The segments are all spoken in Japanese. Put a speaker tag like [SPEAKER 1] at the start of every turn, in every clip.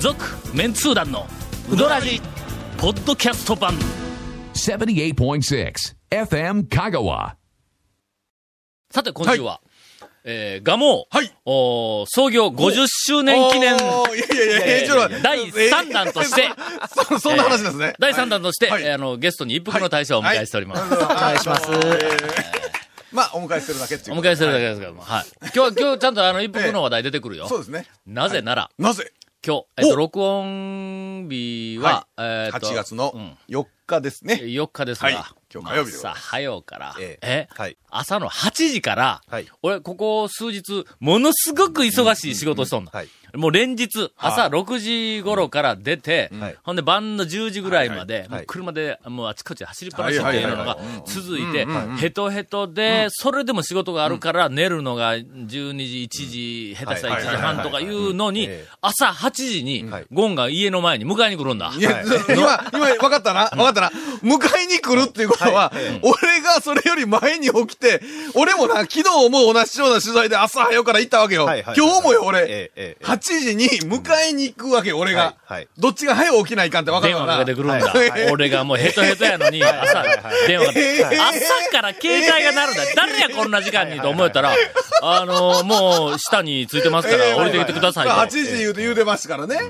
[SPEAKER 1] 続メンツー団のウドラジポッドキャスト版
[SPEAKER 2] 78.6 FM Kagawa.
[SPEAKER 1] さて今週は、えー、ガモー、
[SPEAKER 3] はい
[SPEAKER 1] おー創業50周年記念
[SPEAKER 3] おーいやいやいや、ちょっと
[SPEAKER 1] 第3弾として、
[SPEAKER 3] そ そんな話ですね。
[SPEAKER 1] 第3弾として、
[SPEAKER 3] はい
[SPEAKER 1] えーあの、ゲストに一服の大将をお迎えしております。
[SPEAKER 3] お願いします。まあ、お迎えするだけってい
[SPEAKER 1] お
[SPEAKER 3] うこと
[SPEAKER 1] 迎えするだけですけども、はい。今日は、今日ちゃんとあの、一服の話題出てくるよ。
[SPEAKER 3] そうですね。
[SPEAKER 1] なぜなら、
[SPEAKER 3] なぜ
[SPEAKER 1] 今日、えっと、
[SPEAKER 3] お
[SPEAKER 1] 録音日は、えーっと、
[SPEAKER 3] ?8 月
[SPEAKER 1] う
[SPEAKER 3] の
[SPEAKER 1] ん
[SPEAKER 3] 4日で すね。
[SPEAKER 1] 4日ですが、
[SPEAKER 3] はい今日火曜日でござ
[SPEAKER 1] さ
[SPEAKER 3] います
[SPEAKER 1] 早うから、
[SPEAKER 3] え
[SPEAKER 1] え
[SPEAKER 3] えはい
[SPEAKER 1] 朝の8時から、
[SPEAKER 3] はい
[SPEAKER 1] 俺、ここ数日、ものすごく忙しい仕事をしとんの。
[SPEAKER 3] はい
[SPEAKER 1] もう連日、朝6時頃から出て、
[SPEAKER 3] はい
[SPEAKER 1] ほんで晩の10時ぐらいまで、
[SPEAKER 3] いはい
[SPEAKER 1] もう車で、もうあちこち走りっぱなしっていうの
[SPEAKER 3] はい
[SPEAKER 1] が
[SPEAKER 3] はいはいはい
[SPEAKER 1] 続いて、
[SPEAKER 3] うんうんうん
[SPEAKER 1] ヘトヘトで、それでも仕事があるから寝るのが12時、1時、下手したら1時半とかいうのに
[SPEAKER 3] はいはいはいはいええ、
[SPEAKER 1] 朝8時に
[SPEAKER 3] はい、
[SPEAKER 1] ゴンが家の前に迎えに来るんだ。
[SPEAKER 3] いや、今、今、分かったな、分かったな。迎えに来るっていうことは、俺がそれより前に起きて、俺もな、昨日も同じような取材で朝早うから行ったわけよ。
[SPEAKER 4] はいはいはい
[SPEAKER 3] 今日もよ、俺、
[SPEAKER 4] ええええ
[SPEAKER 3] 8時に迎えに行くわけよ、俺が。
[SPEAKER 4] はいはい
[SPEAKER 3] どっちが早う起きないかんって分かる
[SPEAKER 1] 電
[SPEAKER 3] わ
[SPEAKER 1] 話か
[SPEAKER 3] な。
[SPEAKER 1] けてくるんだ
[SPEAKER 3] はいは。い
[SPEAKER 1] 俺がもうヘトヘトやのに、朝、電話かけて
[SPEAKER 3] はい
[SPEAKER 1] 朝から携帯が鳴るんだ。誰やこんな時間にと思えたら、あのー、もう、下についてますから、降りてきてくださ
[SPEAKER 3] まあ
[SPEAKER 1] い
[SPEAKER 3] 8
[SPEAKER 1] と。
[SPEAKER 3] 時言うて言うてましたからね。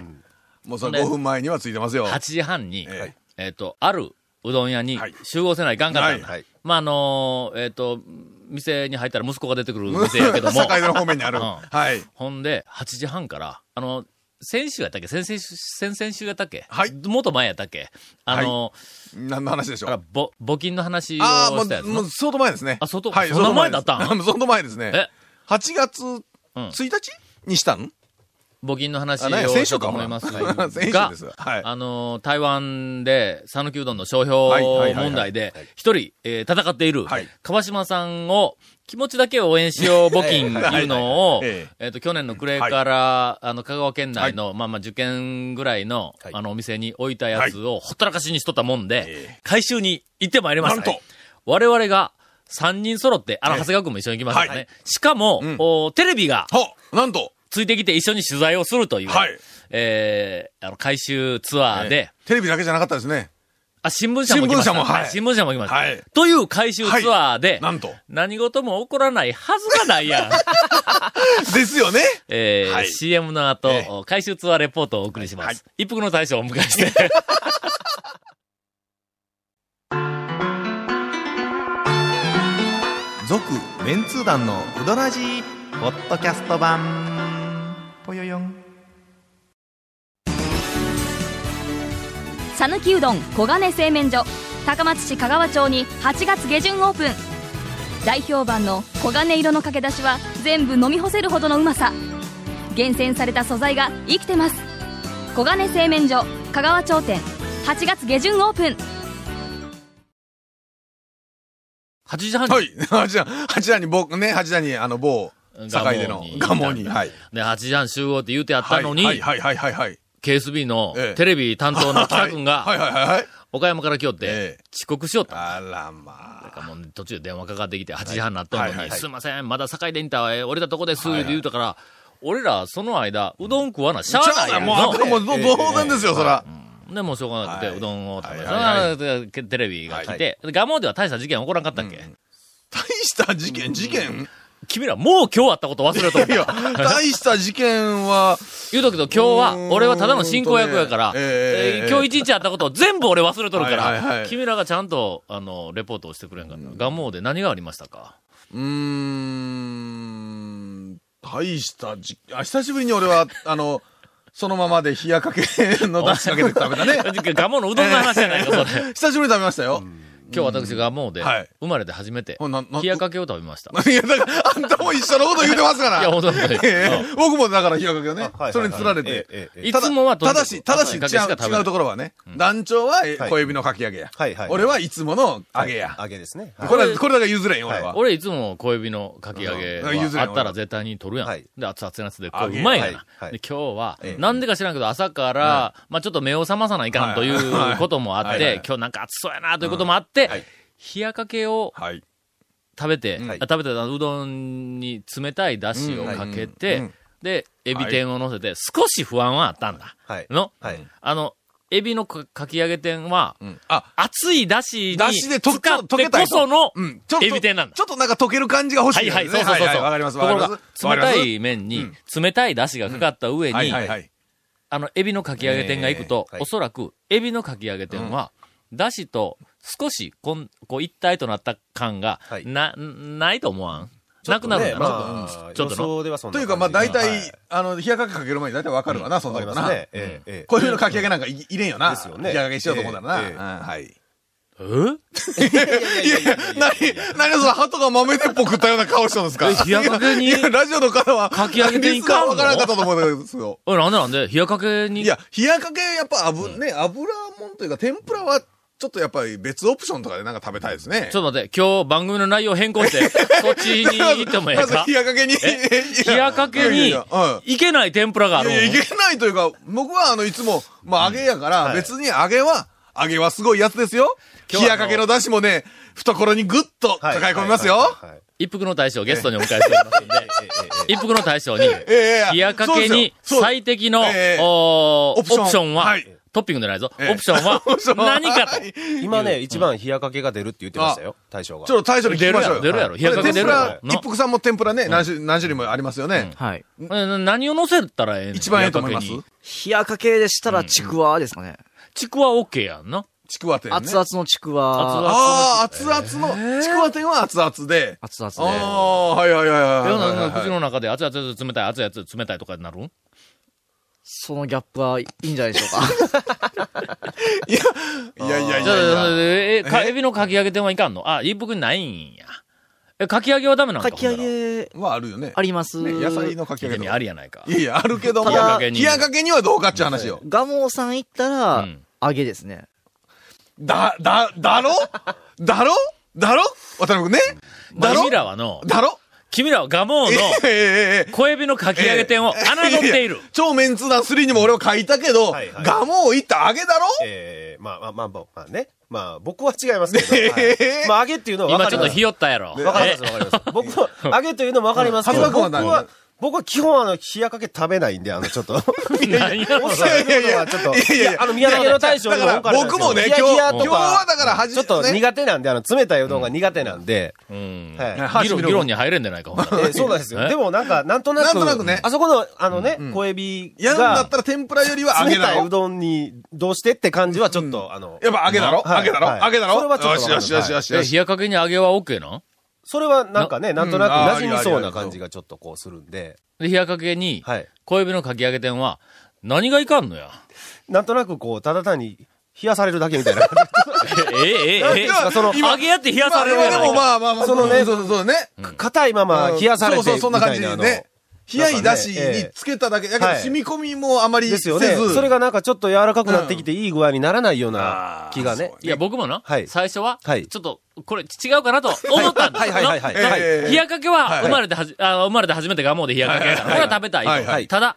[SPEAKER 3] もうそれ5分前にはついてますよ。
[SPEAKER 1] 8時半に
[SPEAKER 3] ええ、
[SPEAKER 1] えっと、あるうどん屋に
[SPEAKER 3] はい
[SPEAKER 1] 集合せないかんかったんだ
[SPEAKER 3] はい
[SPEAKER 1] まあ、あのー、えっと、店に入ったら息子が出てくる店やけ ども。
[SPEAKER 3] 境の方面にある。
[SPEAKER 1] うん
[SPEAKER 3] はい。
[SPEAKER 1] ほんで、8時半から、あの、先週やったっけ先々週、先々週やったっけ
[SPEAKER 3] はい
[SPEAKER 1] もっと前やったっけあの、
[SPEAKER 3] 何の話でしょ
[SPEAKER 1] あら
[SPEAKER 3] う。
[SPEAKER 1] ぼ、募金の話を
[SPEAKER 3] ああ、も
[SPEAKER 1] したやつ
[SPEAKER 3] う、
[SPEAKER 1] な。
[SPEAKER 3] もう相当前ですね。
[SPEAKER 1] あ相当
[SPEAKER 3] はい、
[SPEAKER 1] そんな前だったん
[SPEAKER 3] 相当前です 相当前ですね。
[SPEAKER 1] え、
[SPEAKER 3] 8月1日、にしたん
[SPEAKER 1] 募金の話
[SPEAKER 3] あ何や
[SPEAKER 1] を
[SPEAKER 3] 先
[SPEAKER 1] し
[SPEAKER 3] 週
[SPEAKER 1] ようと
[SPEAKER 3] か
[SPEAKER 1] 思います
[SPEAKER 3] ほ
[SPEAKER 1] が
[SPEAKER 3] な先週ですはい
[SPEAKER 1] あの、台湾で、讃岐うどんの商
[SPEAKER 3] はいはい
[SPEAKER 1] 標
[SPEAKER 3] はいはい
[SPEAKER 1] 問題で、一人、えー戦っている、
[SPEAKER 3] はい、
[SPEAKER 1] 川島さんを、気持ちだけ応援しよう募金っていうのを
[SPEAKER 3] え え
[SPEAKER 1] えっと、去年の暮れから、あの、香川県内の、まあまあ、受験ぐらいの、
[SPEAKER 4] はい
[SPEAKER 1] あの、お店に置いたやつを、ほったらかしにしとったもんで、回収に行ってまいりました。
[SPEAKER 3] なんと
[SPEAKER 1] 我々が、三人揃って、あの、長谷川君も一緒に行きましたね。
[SPEAKER 3] はい
[SPEAKER 1] しかも、
[SPEAKER 3] うん
[SPEAKER 1] おテレビが、
[SPEAKER 3] はなんと
[SPEAKER 1] ついてきて一緒に取材をするという、
[SPEAKER 3] はい
[SPEAKER 1] えーあの、回収ツアーで、
[SPEAKER 3] ええテレビだけじゃなかったですね。
[SPEAKER 1] あ、新聞社も来ました。
[SPEAKER 3] 新聞社もはい
[SPEAKER 1] 新聞社も来ました。
[SPEAKER 3] はい
[SPEAKER 1] という回収ツアーで、
[SPEAKER 3] なんと。
[SPEAKER 1] 何事も起こらないはずがない やん。
[SPEAKER 3] ですよね。
[SPEAKER 1] えー
[SPEAKER 3] はい
[SPEAKER 1] CM の後、
[SPEAKER 3] え
[SPEAKER 1] 回収ツアーレポートをお送りします。
[SPEAKER 3] はい
[SPEAKER 1] 一服の大将をお迎え して。
[SPEAKER 4] 続メンツー団のウドラジポッドキャスト版ぽよよん
[SPEAKER 5] さぬきうどん黄金製麺所高松市香川町に8月下旬オープン大評判の黄金色のかけだしは全部飲み干せるほどのうまさ厳選された素材が生きてます黄金製麺所香川町店8月下旬オープン
[SPEAKER 1] 8時半に、
[SPEAKER 3] はい。8時半、8時半に僕、ね、8時半にあの某、境での、
[SPEAKER 1] 蒲
[SPEAKER 3] ガ
[SPEAKER 1] 生
[SPEAKER 3] モ
[SPEAKER 1] に
[SPEAKER 3] に。はい。
[SPEAKER 1] で、8時半集合って言うてやったのに、
[SPEAKER 3] はいはいはいはいはい。
[SPEAKER 1] KSB の
[SPEAKER 3] ええ
[SPEAKER 1] テレビ担当の北君が、
[SPEAKER 3] はいはいはいはい。
[SPEAKER 1] 岡山から来よって、
[SPEAKER 3] ええ
[SPEAKER 1] 遅刻しよった。
[SPEAKER 3] あらま
[SPEAKER 1] だか
[SPEAKER 3] あ。
[SPEAKER 1] らもう途中で電話かかってきて、8時半になったのに、
[SPEAKER 3] はいはいはい
[SPEAKER 1] すいません、まだ境でインター、えー降りたとこです、って言うたから、俺ら、その間、うどん食わな、しゃあないやん
[SPEAKER 3] もう、あ
[SPEAKER 1] の。
[SPEAKER 3] もう、どうなんですよ、そら。
[SPEAKER 1] で、もうしょうがなくて、
[SPEAKER 3] はいう
[SPEAKER 1] どんを食べて、
[SPEAKER 3] はいはいは
[SPEAKER 1] その間テレビが来
[SPEAKER 3] はい
[SPEAKER 1] て、で蒲生では大した事件起こらんかったっけ、
[SPEAKER 3] 大した事件、事件
[SPEAKER 1] 君ら、もう今日あったこと忘れと
[SPEAKER 3] いや
[SPEAKER 1] 思、た。
[SPEAKER 3] 大した事件は、
[SPEAKER 1] 言うとくけど、今日は、俺はただの進行役やから、
[SPEAKER 3] うーんとねええ
[SPEAKER 1] えー今日一日あったことを全部俺忘れとるから、
[SPEAKER 3] はいはいはい
[SPEAKER 1] 君らがちゃんと、あの、レポートをしてくれんかった。蒲生で何がありましたか
[SPEAKER 3] うーん、大したじ、あ、久しぶりに俺は、あの、そのままで冷やかけの出しかけて食べたね。
[SPEAKER 1] ガモのうどんの話じゃないか、それ。
[SPEAKER 3] 久しぶりに食べましたよ。
[SPEAKER 1] 今日私がもうで、
[SPEAKER 3] はい
[SPEAKER 1] 生まれて初めて
[SPEAKER 3] ほなな、
[SPEAKER 1] 冷やかけを食べました。
[SPEAKER 3] いや、だから、あんたも一緒のこと言うてますから。
[SPEAKER 1] いや、本当に。
[SPEAKER 3] ええ僕もだから冷やかけをね
[SPEAKER 4] あは、い
[SPEAKER 3] それにつられ
[SPEAKER 4] はいはい
[SPEAKER 3] て。
[SPEAKER 4] えええ
[SPEAKER 1] いつもはと
[SPEAKER 3] た
[SPEAKER 1] にか
[SPEAKER 3] だ
[SPEAKER 1] く
[SPEAKER 3] し、ただし、違
[SPEAKER 1] かけしか食べないう
[SPEAKER 3] 違うところはね、団長はえ
[SPEAKER 4] はい
[SPEAKER 3] 小指のかき揚げや。
[SPEAKER 4] はいはい
[SPEAKER 3] 俺はいつもの揚げや。
[SPEAKER 4] 揚げですね
[SPEAKER 3] これは、これだけ譲れんよ、俺は。
[SPEAKER 1] 俺いつも小指のかき揚げ
[SPEAKER 3] うん譲れ
[SPEAKER 1] は
[SPEAKER 3] ん
[SPEAKER 1] あったら絶対に取るやん。
[SPEAKER 4] はい
[SPEAKER 1] で、熱々のやつで、こ
[SPEAKER 3] 揚
[SPEAKER 1] う
[SPEAKER 3] げ
[SPEAKER 1] うまいやな。
[SPEAKER 4] はいはい
[SPEAKER 1] で、今日は
[SPEAKER 3] え、え
[SPEAKER 1] なんでか知らんけど朝から、まあちょっと目を覚まさないかんと
[SPEAKER 3] はいいう
[SPEAKER 1] こともあっ
[SPEAKER 3] はいはい
[SPEAKER 1] て、今日なんか暑そうやなということもあって
[SPEAKER 3] はい、
[SPEAKER 1] 冷やかけを
[SPEAKER 3] はい。
[SPEAKER 1] 食べて、
[SPEAKER 4] はい
[SPEAKER 1] あ食べてたうどんに冷たいだしをかけて、
[SPEAKER 3] うん
[SPEAKER 1] で、エビ天を乗せて、少し不安はあったんだ。
[SPEAKER 4] はい
[SPEAKER 1] の、
[SPEAKER 4] はい
[SPEAKER 1] あの、エビのかかき揚げ天は、
[SPEAKER 3] うんあ、
[SPEAKER 1] 熱いだしに
[SPEAKER 3] だしでと
[SPEAKER 1] 使
[SPEAKER 3] ちょ
[SPEAKER 1] って
[SPEAKER 3] 溶けた
[SPEAKER 1] こ
[SPEAKER 3] いと
[SPEAKER 1] その
[SPEAKER 3] うんちょっ、と
[SPEAKER 1] エビ天なんだ
[SPEAKER 3] ち。ょっとなんか溶ける感じが欲し
[SPEAKER 1] はいい
[SPEAKER 3] です
[SPEAKER 1] はい、
[SPEAKER 3] ね、
[SPEAKER 1] そうそうそうそ。
[SPEAKER 3] はいうわかります、
[SPEAKER 1] とこ
[SPEAKER 3] わか
[SPEAKER 1] ろ
[SPEAKER 3] りま
[SPEAKER 1] が
[SPEAKER 3] す。、
[SPEAKER 1] 冷た
[SPEAKER 3] わか
[SPEAKER 1] い
[SPEAKER 3] り
[SPEAKER 1] 麺に
[SPEAKER 3] ん、
[SPEAKER 1] 冷たいだしがかかった上
[SPEAKER 3] ます。は
[SPEAKER 1] に
[SPEAKER 3] い、はいはい。
[SPEAKER 1] あの、エビのかき揚げ店が行くと
[SPEAKER 4] え、えはい
[SPEAKER 1] おそらく、エビのかき揚げ店は、だしと少しこん、こう、一体となった感が、
[SPEAKER 4] はい
[SPEAKER 1] な、ないと思わんなくなるんだな、
[SPEAKER 4] まあ、
[SPEAKER 1] ちょっと
[SPEAKER 4] 予
[SPEAKER 1] の。
[SPEAKER 4] 想ではそんな
[SPEAKER 3] とい
[SPEAKER 4] 感
[SPEAKER 3] うか、
[SPEAKER 4] じ
[SPEAKER 3] まあ大体、
[SPEAKER 4] はい
[SPEAKER 3] あの、冷やかけかける前に大体わかるわな、そんなこと
[SPEAKER 4] わか
[SPEAKER 3] な。
[SPEAKER 4] りますねええええ
[SPEAKER 3] こういうのかき揚げなんかい入れんよな。
[SPEAKER 4] ですよね
[SPEAKER 3] 冷やかけしようと思ったらな。
[SPEAKER 4] ええええ
[SPEAKER 3] うんはい。
[SPEAKER 1] え
[SPEAKER 3] いやいや、何、何その鳩が豆鉄砲食ったような顔したんですか
[SPEAKER 1] え日焼けに
[SPEAKER 3] いや、ラジオの方は、
[SPEAKER 1] かき揚げていかんの
[SPEAKER 3] わからなかったと思うんですよ。
[SPEAKER 1] おいなんでなんで冷やかけに。
[SPEAKER 3] いや、冷やかけ、やっぱ油、ね、油もんというか、天ぷらは、ちょっとやっぱり別オプションとかでなんか食べたいですね。
[SPEAKER 1] ちょっと待って、今日番組の内容変更 して、そっちに行ってもええ
[SPEAKER 3] まず
[SPEAKER 1] か
[SPEAKER 3] 冷やかけに、
[SPEAKER 1] 冷やかけに、
[SPEAKER 3] いやいやいやうん
[SPEAKER 1] いけない天ぷらがある
[SPEAKER 3] い
[SPEAKER 1] もん
[SPEAKER 3] やいやいけないというか、僕はあの、いつも、まあ揚げやから、別に揚げは、揚げはすごいやつですよ。
[SPEAKER 1] 今日はあの
[SPEAKER 3] 冷やかけの出汁もね、懐にぐっと抱え込みますよ。
[SPEAKER 4] はいはい
[SPEAKER 1] 一服の大将をゲストにお迎えしておりますんで、一服の大将に、
[SPEAKER 3] ええええ
[SPEAKER 1] 冷やかけに
[SPEAKER 3] そうですよ
[SPEAKER 1] 最適の、
[SPEAKER 3] そうええ
[SPEAKER 1] おーオ
[SPEAKER 3] オ
[SPEAKER 1] プ
[SPEAKER 3] プション
[SPEAKER 1] ションは、
[SPEAKER 3] はい
[SPEAKER 1] トッピングじゃないぞ。
[SPEAKER 3] ええ
[SPEAKER 1] オプションは
[SPEAKER 3] オプション、は
[SPEAKER 1] 何かと。
[SPEAKER 4] 今ね、一番冷やかけが出るって言ってましたよ、大将が。
[SPEAKER 3] ちょっと大将に聞きましょうよ。
[SPEAKER 1] 出るやろ出るやろ冷やか
[SPEAKER 3] はい
[SPEAKER 1] け出るやろ
[SPEAKER 3] 天ぷら、一服さんも天ぷらね、何種何種類もありますよね。
[SPEAKER 6] はい。
[SPEAKER 1] えー何を乗せたらええの
[SPEAKER 3] 一番ええと思います
[SPEAKER 1] 冷やかけに
[SPEAKER 6] 冷やかけでしたらちくわですかね。
[SPEAKER 1] ちくわオッケーやんな。
[SPEAKER 3] ちくわ天ね。
[SPEAKER 6] 熱々のちく
[SPEAKER 1] 熱
[SPEAKER 6] わ。
[SPEAKER 3] ああ、熱々の、ちくわ天は熱々で。
[SPEAKER 6] 熱々
[SPEAKER 3] あ
[SPEAKER 6] で。
[SPEAKER 3] あ、はいはいはいはい
[SPEAKER 1] 世
[SPEAKER 3] は
[SPEAKER 1] の
[SPEAKER 3] い
[SPEAKER 1] 中
[SPEAKER 3] は
[SPEAKER 1] 口
[SPEAKER 3] い。
[SPEAKER 1] の中で熱い熱い熱い冷たい熱い熱い冷たいとかになるん
[SPEAKER 6] そのギャップはいいんじゃないでしょうか。
[SPEAKER 3] いやいやい
[SPEAKER 1] じゃあ
[SPEAKER 3] やいや。
[SPEAKER 1] えかエビのかき揚げ店はいかんのあ、一服にないんや。え、かき揚げはダメなんだ
[SPEAKER 6] かき揚げ、
[SPEAKER 3] はあるよね。
[SPEAKER 6] あります。
[SPEAKER 3] ね野菜のかき揚げ
[SPEAKER 1] 別
[SPEAKER 3] と
[SPEAKER 1] に
[SPEAKER 3] か
[SPEAKER 1] ありやないか。
[SPEAKER 3] いやいや、あるけども、
[SPEAKER 6] 冷やか
[SPEAKER 1] けに
[SPEAKER 3] 冷やかけにはどうかっちゅう話よ。
[SPEAKER 6] ガモさん行ったら、
[SPEAKER 1] うん
[SPEAKER 6] 揚げですね。
[SPEAKER 3] だ、だ、だろだろだろ渡辺君ね
[SPEAKER 1] まあ
[SPEAKER 3] だろ
[SPEAKER 1] 君らはの、
[SPEAKER 3] だろ
[SPEAKER 1] 君らはガモー
[SPEAKER 3] ええ
[SPEAKER 1] の
[SPEAKER 3] ええええ。
[SPEAKER 1] 小エビのかき揚げ店を侮っている
[SPEAKER 3] や。や超メンツダン3にも俺は書いたけど、
[SPEAKER 4] はいはい
[SPEAKER 3] ガモを言った揚げだろ
[SPEAKER 4] えーまあまあまあまあまあね。まあ僕は違いますけど。 はいまあ揚げっていうのは分
[SPEAKER 1] 今ち
[SPEAKER 4] かり
[SPEAKER 1] ょっ
[SPEAKER 4] ま
[SPEAKER 1] と
[SPEAKER 4] す。
[SPEAKER 1] ひよったやろ。
[SPEAKER 4] わかり
[SPEAKER 1] え
[SPEAKER 4] ます、わかります。 僕は、揚げというのもわかりますけ
[SPEAKER 3] は
[SPEAKER 4] ど、
[SPEAKER 3] いは
[SPEAKER 4] 僕
[SPEAKER 3] い
[SPEAKER 4] は、僕は基本あの、冷やかけ食べ ないんで、あの、ちょっと。
[SPEAKER 1] 何やろ
[SPEAKER 4] おっし
[SPEAKER 1] そ
[SPEAKER 4] ゃ
[SPEAKER 1] れ
[SPEAKER 4] ることはちょっと、
[SPEAKER 3] いやいやいや
[SPEAKER 4] あの、宮崎の大将
[SPEAKER 3] だ
[SPEAKER 4] にも
[SPEAKER 3] から
[SPEAKER 4] 多ったんです
[SPEAKER 3] 僕
[SPEAKER 4] けど
[SPEAKER 3] もね、
[SPEAKER 4] 冷
[SPEAKER 3] 今
[SPEAKER 4] や
[SPEAKER 3] 日、
[SPEAKER 4] 冷や
[SPEAKER 3] 今
[SPEAKER 4] と
[SPEAKER 3] 日は
[SPEAKER 4] か、
[SPEAKER 3] だから初
[SPEAKER 4] ちょ
[SPEAKER 3] め
[SPEAKER 4] っと
[SPEAKER 3] ね
[SPEAKER 4] 苦手なんで、あの、冷たいうどんが苦手なんで、
[SPEAKER 1] うん。
[SPEAKER 4] はい。
[SPEAKER 1] 議論、議論に入れんじゃないか、ほんな ら
[SPEAKER 4] えーそうなんです
[SPEAKER 1] え
[SPEAKER 4] よ。でもなんか、なんとなく、
[SPEAKER 3] なんとなくね
[SPEAKER 4] あそこの、あのね、小エビが、
[SPEAKER 3] やるんだったら天ぷらよりは揚げ
[SPEAKER 4] 冷
[SPEAKER 3] だ
[SPEAKER 4] た
[SPEAKER 3] ろ
[SPEAKER 4] いうどんに、どうしてって感じはちょっと、あの、
[SPEAKER 3] やっぱ揚げだろ
[SPEAKER 4] はい
[SPEAKER 3] 揚げだろ
[SPEAKER 4] はい
[SPEAKER 3] 揚げだ
[SPEAKER 4] それはち
[SPEAKER 3] ろ
[SPEAKER 4] ょっ
[SPEAKER 3] よ
[SPEAKER 4] と
[SPEAKER 3] しよしよしよしよ
[SPEAKER 1] え
[SPEAKER 3] し。
[SPEAKER 1] 冷やかけに揚げは OK な
[SPEAKER 4] それはなんかね、なんとなく
[SPEAKER 3] うん
[SPEAKER 4] 馴染みそう
[SPEAKER 3] あるあるあ
[SPEAKER 4] な
[SPEAKER 3] る
[SPEAKER 4] 感じがちょっとこうするんで、
[SPEAKER 1] で、冷やかけに、
[SPEAKER 4] はい。
[SPEAKER 1] 小指のかき揚げ店は、何がいかんのや。
[SPEAKER 4] なんとなくこう、ただ単に、冷やされるだけみたいな感
[SPEAKER 1] え、 え、え、え、え、
[SPEAKER 3] 今
[SPEAKER 4] その
[SPEAKER 1] 揚げやって冷やされる
[SPEAKER 3] まあ
[SPEAKER 1] や
[SPEAKER 3] で
[SPEAKER 1] ない
[SPEAKER 3] も
[SPEAKER 1] か。
[SPEAKER 3] まあまあまあ、
[SPEAKER 4] そのね
[SPEAKER 3] そうそうそうね。
[SPEAKER 4] じ。硬いまま冷やされてみた
[SPEAKER 3] そ
[SPEAKER 4] いう
[SPEAKER 3] そう、
[SPEAKER 4] な。
[SPEAKER 3] そんな感じでね。冷やいだし
[SPEAKER 4] なんかね
[SPEAKER 3] に
[SPEAKER 4] ええ
[SPEAKER 3] つけただけ、だけど
[SPEAKER 4] はい
[SPEAKER 3] 染み込みもあまりせ
[SPEAKER 4] です
[SPEAKER 3] ず。
[SPEAKER 4] よね。それがなんかちょっと柔らかくなってきて、いい具合にならないような気がね。
[SPEAKER 1] いや、僕もな
[SPEAKER 4] は、い
[SPEAKER 1] 最初は、
[SPEAKER 4] はい
[SPEAKER 1] ちょっと、これ違うかなと思ったんだ
[SPEAKER 4] はいはいはいはい
[SPEAKER 1] な
[SPEAKER 3] はい
[SPEAKER 1] 冷やかけは
[SPEAKER 4] はい
[SPEAKER 1] 生まれてはじ、あ生まれて初めてガモーで冷やかけやから、これは食べた
[SPEAKER 3] はいい
[SPEAKER 1] と
[SPEAKER 4] はい
[SPEAKER 1] ただ、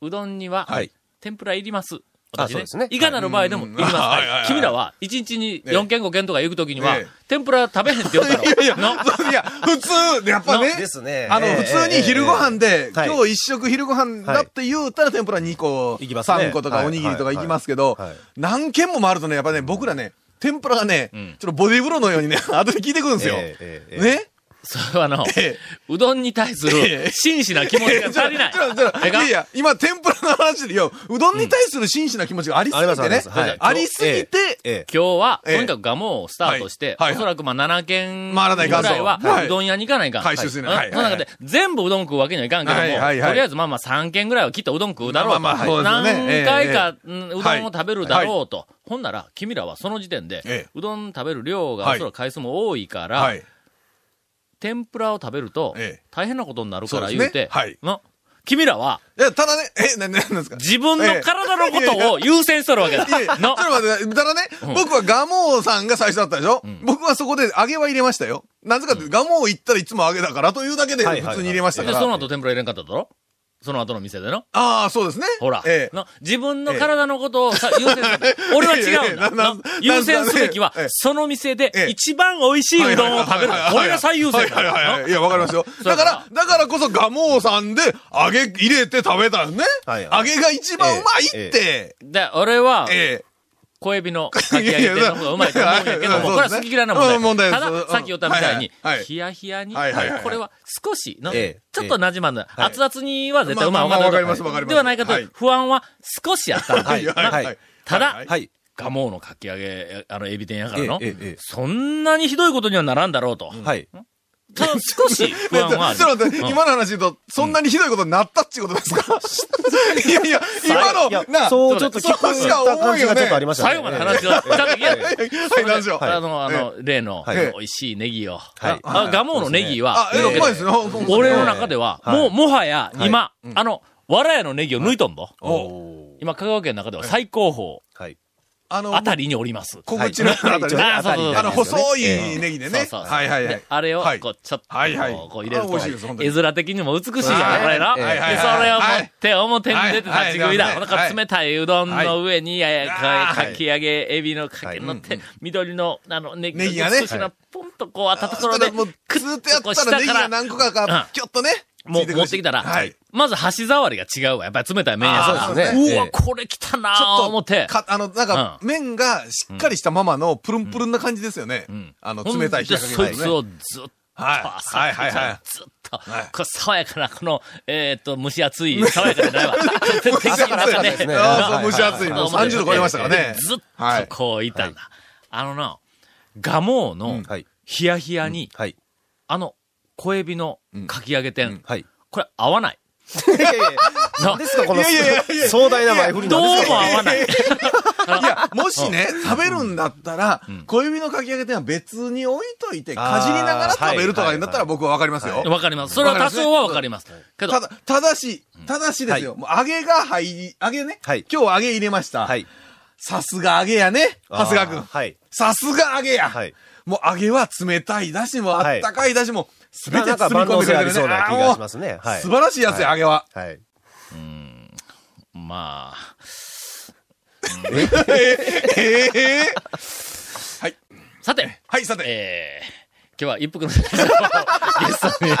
[SPEAKER 1] うどんには
[SPEAKER 4] はい、
[SPEAKER 1] 天ぷらいります。
[SPEAKER 4] あ
[SPEAKER 1] 私
[SPEAKER 4] そうですね
[SPEAKER 1] いかなる場合でもいります。
[SPEAKER 3] はいうん
[SPEAKER 1] はい君らは、1日に4軒5軒とか行くときには
[SPEAKER 3] ええ、
[SPEAKER 1] 天ぷら食べへんって言ったろ。の
[SPEAKER 3] いや、普通、やっぱね。
[SPEAKER 4] ですね。
[SPEAKER 3] あの、普通に昼ご飯で、
[SPEAKER 4] はい
[SPEAKER 3] 今日一食昼ご飯だって言うたら天ぷら2個、
[SPEAKER 4] いきますね
[SPEAKER 3] 3個とかおにぎりとか
[SPEAKER 4] はい
[SPEAKER 3] 行きますけど
[SPEAKER 4] はいはい、
[SPEAKER 3] 何軒も回るとね、やっぱね、僕らね、天ぷらがね、
[SPEAKER 1] ん
[SPEAKER 3] ちょっとボディーブローのようにね、後で効いてくるんですよ。
[SPEAKER 4] ええええええ
[SPEAKER 3] ね
[SPEAKER 1] それはあの
[SPEAKER 3] え、
[SPEAKER 1] うどんに対す
[SPEAKER 3] え
[SPEAKER 1] る
[SPEAKER 3] え
[SPEAKER 1] 真摯な気持ちが足りない。
[SPEAKER 3] ちょっとちょっと
[SPEAKER 1] ええ
[SPEAKER 3] い
[SPEAKER 1] か
[SPEAKER 3] やいや、今、天ぷらの話で、いや、うどんに対する真摯な気持ちがありす
[SPEAKER 4] あり
[SPEAKER 3] ぎ
[SPEAKER 4] ます
[SPEAKER 3] て
[SPEAKER 4] ありま
[SPEAKER 3] ね
[SPEAKER 4] す。はい、
[SPEAKER 3] ありすぎて、
[SPEAKER 4] ええええ
[SPEAKER 1] 今日は、と
[SPEAKER 3] ええ
[SPEAKER 1] にかくガモをスタートして、
[SPEAKER 3] はいはい
[SPEAKER 1] おそらくまあ7軒
[SPEAKER 3] 回らないかん
[SPEAKER 1] ぐ
[SPEAKER 3] ぞ
[SPEAKER 1] らいは、
[SPEAKER 3] はいう
[SPEAKER 1] どん屋に行かないかん。
[SPEAKER 3] 回収する
[SPEAKER 1] はい
[SPEAKER 3] はい
[SPEAKER 1] うんその中で、全部うどん食うわけにはいかんけども、
[SPEAKER 3] はいはいはい
[SPEAKER 1] とりあえずまあまあ3軒ぐらいはきっとうどん食うだろうと。
[SPEAKER 3] まあまあまあそうですよねえ
[SPEAKER 1] 何
[SPEAKER 3] え
[SPEAKER 1] 回か、
[SPEAKER 3] え
[SPEAKER 1] うんうどんを食べるだろうと。ほんなら、君らはその時点で、
[SPEAKER 3] ええ
[SPEAKER 1] うどん食べる量が、
[SPEAKER 3] はい
[SPEAKER 1] おそらく回数も多いから、
[SPEAKER 3] はい。
[SPEAKER 1] 天ぷらを食べると
[SPEAKER 3] ええ、
[SPEAKER 1] 大変なことになるから
[SPEAKER 3] そう
[SPEAKER 1] 言
[SPEAKER 3] ですね
[SPEAKER 1] うて、
[SPEAKER 3] はい
[SPEAKER 1] の君らは、
[SPEAKER 3] いや、ただね、え、な、ななんですか
[SPEAKER 1] 自分の体のことを優先しとるわけだ。
[SPEAKER 3] いやいやちょ
[SPEAKER 1] の
[SPEAKER 3] っと待って、ただね、僕はガモーさんが最初だったでしょ、僕はそこで揚げは入れましたよ。なぜかって、ガモー行ったらいつも揚げだからというだけで
[SPEAKER 4] はいはいはい
[SPEAKER 3] 普通に入れました
[SPEAKER 1] で、
[SPEAKER 3] から。
[SPEAKER 1] その後天ぷら入れんかっただろその後の店での。
[SPEAKER 3] ああ、そうですね。
[SPEAKER 1] ほら、
[SPEAKER 3] ええ
[SPEAKER 1] の自分の体のことをさ、優 先する。俺は違うんだ。
[SPEAKER 3] ええな
[SPEAKER 1] の
[SPEAKER 3] なな
[SPEAKER 1] 優先すべきは、
[SPEAKER 3] ええ
[SPEAKER 1] その店で
[SPEAKER 3] ええ
[SPEAKER 1] 一番美味しいうどんを食べる
[SPEAKER 3] はいは。いはいはい
[SPEAKER 1] これが最優先
[SPEAKER 3] はいはいはい
[SPEAKER 1] だ
[SPEAKER 3] は
[SPEAKER 1] よ
[SPEAKER 3] い。いや、わかりますよ。
[SPEAKER 1] そう
[SPEAKER 3] だ
[SPEAKER 1] や
[SPEAKER 3] か
[SPEAKER 1] な
[SPEAKER 3] ら、だからこそ、ガモーさんで、揚げ入れて食べたんね。
[SPEAKER 4] はい
[SPEAKER 3] 揚
[SPEAKER 4] はい
[SPEAKER 3] げが一番うまいって。
[SPEAKER 1] ので、俺は、
[SPEAKER 3] ええ。
[SPEAKER 1] 小エビのかき揚げ店の方がうまいと思うんやけども、
[SPEAKER 3] いやいや
[SPEAKER 1] これは好き嫌いな問題。
[SPEAKER 3] うん問題です
[SPEAKER 1] ただ、さっき言ったみたいに
[SPEAKER 3] はいはいはい、
[SPEAKER 1] ヒヤヒヤに、
[SPEAKER 3] はいはいはい
[SPEAKER 1] これは少しの、
[SPEAKER 4] ええ
[SPEAKER 1] ちょっとなじまんだ、
[SPEAKER 4] え
[SPEAKER 1] 熱々には絶対うまい
[SPEAKER 3] まあまあまあわかります
[SPEAKER 1] わ
[SPEAKER 3] わかります
[SPEAKER 1] ではないかと
[SPEAKER 3] はい、
[SPEAKER 1] 不安は少しあったんだ
[SPEAKER 4] はい
[SPEAKER 1] な
[SPEAKER 4] はいはい
[SPEAKER 1] ただ
[SPEAKER 3] はい
[SPEAKER 4] はい。
[SPEAKER 1] ガモーのかき揚げ、あの、エビ天やからの
[SPEAKER 4] ええええええ、
[SPEAKER 1] そんなにひどいことにはならんだろうと。
[SPEAKER 4] はい。
[SPEAKER 1] ただ少し不安はある
[SPEAKER 3] ちょっと待って
[SPEAKER 1] うん
[SPEAKER 3] 今の話言うと、そんなにひどいことになったっていうことです かい やいや、今
[SPEAKER 4] い
[SPEAKER 3] の
[SPEAKER 4] や、
[SPEAKER 3] な、
[SPEAKER 4] そう、ちょっと聞こえた感じがちょっとありましたね。
[SPEAKER 1] 最後まで話を、ちゃんと言えよ
[SPEAKER 3] はい、何でしょう。
[SPEAKER 1] あの、あの、例の、
[SPEAKER 4] はい
[SPEAKER 1] 美味しいネギを。
[SPEAKER 4] はい
[SPEAKER 1] あ、ガモーのネギ
[SPEAKER 3] あ
[SPEAKER 1] は、、
[SPEAKER 3] え、
[SPEAKER 1] 言う
[SPEAKER 3] う
[SPEAKER 1] け
[SPEAKER 3] ま
[SPEAKER 1] ど
[SPEAKER 3] いですよ。
[SPEAKER 1] 俺の中では、
[SPEAKER 4] はい
[SPEAKER 1] もう、もはや、今、
[SPEAKER 3] いうん
[SPEAKER 1] あの、わらやのネギを抜いとんぼ。
[SPEAKER 4] おー
[SPEAKER 1] 今、香川県の中では最高峰、
[SPEAKER 4] はい。
[SPEAKER 3] あの
[SPEAKER 1] あ、たりにおります。
[SPEAKER 3] 小口のあたり
[SPEAKER 4] はい
[SPEAKER 3] で
[SPEAKER 1] ねそ
[SPEAKER 4] はい
[SPEAKER 1] うそうそう
[SPEAKER 3] あの、細い
[SPEAKER 4] ええ
[SPEAKER 3] ネギで
[SPEAKER 1] そう
[SPEAKER 3] ね。
[SPEAKER 1] そうそう
[SPEAKER 3] はいはいは
[SPEAKER 1] で
[SPEAKER 3] い。
[SPEAKER 1] あれを
[SPEAKER 3] はい、
[SPEAKER 1] こう、ちょっと
[SPEAKER 3] はいはい、
[SPEAKER 1] こう入れる
[SPEAKER 3] あ
[SPEAKER 1] と
[SPEAKER 3] 美味しいです、本当
[SPEAKER 1] 絵
[SPEAKER 3] に。
[SPEAKER 1] 面的にも美しいや
[SPEAKER 3] は
[SPEAKER 1] ん、
[SPEAKER 3] い
[SPEAKER 1] これな。
[SPEAKER 3] は
[SPEAKER 1] で
[SPEAKER 3] い
[SPEAKER 1] そ
[SPEAKER 3] はいはい
[SPEAKER 1] れを持って、表に出て
[SPEAKER 3] はい
[SPEAKER 1] 立ち食いだ。
[SPEAKER 3] はい
[SPEAKER 1] ほんから
[SPEAKER 3] はい
[SPEAKER 1] 冷たいうどんの上に、やや、か
[SPEAKER 3] はい
[SPEAKER 1] かき揚げ、エビのかけ
[SPEAKER 4] はい
[SPEAKER 1] 乗って、緑の、あの、ネ
[SPEAKER 3] ネギ
[SPEAKER 1] ギが
[SPEAKER 3] がね
[SPEAKER 1] 少しな、ポンとこう、あったところ
[SPEAKER 3] そした
[SPEAKER 1] で
[SPEAKER 3] ら、もう、
[SPEAKER 1] く
[SPEAKER 3] ずーっとや
[SPEAKER 1] こう
[SPEAKER 3] ったらネギ
[SPEAKER 1] 下か
[SPEAKER 3] が
[SPEAKER 1] ら
[SPEAKER 3] 何個かが、きょっとね。
[SPEAKER 1] もう
[SPEAKER 3] ついく
[SPEAKER 1] 持
[SPEAKER 3] る
[SPEAKER 1] っ
[SPEAKER 3] して
[SPEAKER 1] きたら、
[SPEAKER 3] はい。
[SPEAKER 1] まず箸触りが違うわ。やっぱり冷たい麺や
[SPEAKER 3] あ
[SPEAKER 1] か
[SPEAKER 3] ー
[SPEAKER 1] ら。
[SPEAKER 3] そう
[SPEAKER 1] う
[SPEAKER 4] ですね
[SPEAKER 1] わ
[SPEAKER 4] ええ、
[SPEAKER 1] これ来たな
[SPEAKER 3] ちょっ
[SPEAKER 1] ぁ、
[SPEAKER 3] と、
[SPEAKER 1] 思って。
[SPEAKER 3] かあの、なんか、麺がしっかりしたままの、プルンプルンな感じですよね。
[SPEAKER 1] ん
[SPEAKER 3] あの、冷たい
[SPEAKER 1] ほんで
[SPEAKER 3] 火加
[SPEAKER 1] そ
[SPEAKER 3] 減
[SPEAKER 1] いつ
[SPEAKER 3] ね。
[SPEAKER 1] をずっと、
[SPEAKER 3] はい
[SPEAKER 1] 朝
[SPEAKER 3] はいはいはい
[SPEAKER 1] ずっと、
[SPEAKER 3] はい
[SPEAKER 1] こう爽やかな、この、えーっと、蒸し暑い、爽やかじゃないわ。適
[SPEAKER 3] 朝
[SPEAKER 1] 宜
[SPEAKER 3] か
[SPEAKER 1] な中
[SPEAKER 3] ら
[SPEAKER 1] で
[SPEAKER 4] ですね
[SPEAKER 3] ああ、そう、蒸し暑い。も
[SPEAKER 1] 思
[SPEAKER 3] う
[SPEAKER 1] って
[SPEAKER 3] 30度超えましたからね。
[SPEAKER 1] ずっ
[SPEAKER 3] はい
[SPEAKER 1] とこういたんだ。あのな、ガモー
[SPEAKER 4] うん
[SPEAKER 1] の
[SPEAKER 4] はい。
[SPEAKER 1] ヒヤヒヤに、
[SPEAKER 4] はい。
[SPEAKER 1] あの、小エビのかき揚げ店、
[SPEAKER 4] はい。
[SPEAKER 1] これ合わない。
[SPEAKER 4] いやいやいや
[SPEAKER 1] な
[SPEAKER 4] ですか、この
[SPEAKER 3] いやいやいやいや
[SPEAKER 4] 壮大な前振り
[SPEAKER 1] どう
[SPEAKER 4] な
[SPEAKER 1] も
[SPEAKER 4] んです
[SPEAKER 1] 合
[SPEAKER 4] か
[SPEAKER 1] わない。
[SPEAKER 3] いや、もしね、食べるんだったら
[SPEAKER 1] ん、
[SPEAKER 3] 小指のかき揚げ店は別に置いといて、
[SPEAKER 4] あー
[SPEAKER 3] かじりながら食べるとかになった
[SPEAKER 4] はいは
[SPEAKER 3] ら
[SPEAKER 4] い
[SPEAKER 3] 僕はわかりますよ。
[SPEAKER 1] わかります。それは多少はわかります。けど
[SPEAKER 3] た、だ、ただし、ただしですよ。もう揚げが入り、揚げね。
[SPEAKER 4] はい
[SPEAKER 3] 今日揚げ入れました。
[SPEAKER 4] はい。
[SPEAKER 3] さすが揚げやね。
[SPEAKER 4] あー
[SPEAKER 3] 長谷川くん。
[SPEAKER 4] はい。
[SPEAKER 3] さすが揚げや。
[SPEAKER 4] はい
[SPEAKER 3] もう揚げは冷たいだしも、あったかいだしも、すべ
[SPEAKER 4] な
[SPEAKER 3] て
[SPEAKER 4] なんか
[SPEAKER 3] 包み
[SPEAKER 4] 万
[SPEAKER 3] 込ん
[SPEAKER 4] 能
[SPEAKER 3] でく
[SPEAKER 4] 性
[SPEAKER 3] れ
[SPEAKER 4] あ
[SPEAKER 3] て
[SPEAKER 4] り
[SPEAKER 3] る
[SPEAKER 4] そう
[SPEAKER 3] ね。
[SPEAKER 4] な
[SPEAKER 3] あ
[SPEAKER 4] 気
[SPEAKER 3] ー
[SPEAKER 4] が
[SPEAKER 3] も
[SPEAKER 4] しますね。は
[SPEAKER 3] う
[SPEAKER 4] い。
[SPEAKER 3] 素晴らしいやつや、揚げは。
[SPEAKER 4] はい。
[SPEAKER 1] まあ、
[SPEAKER 3] え えはい。
[SPEAKER 1] さて、
[SPEAKER 3] はい、さて。
[SPEAKER 1] えー、今日は一服のゲストに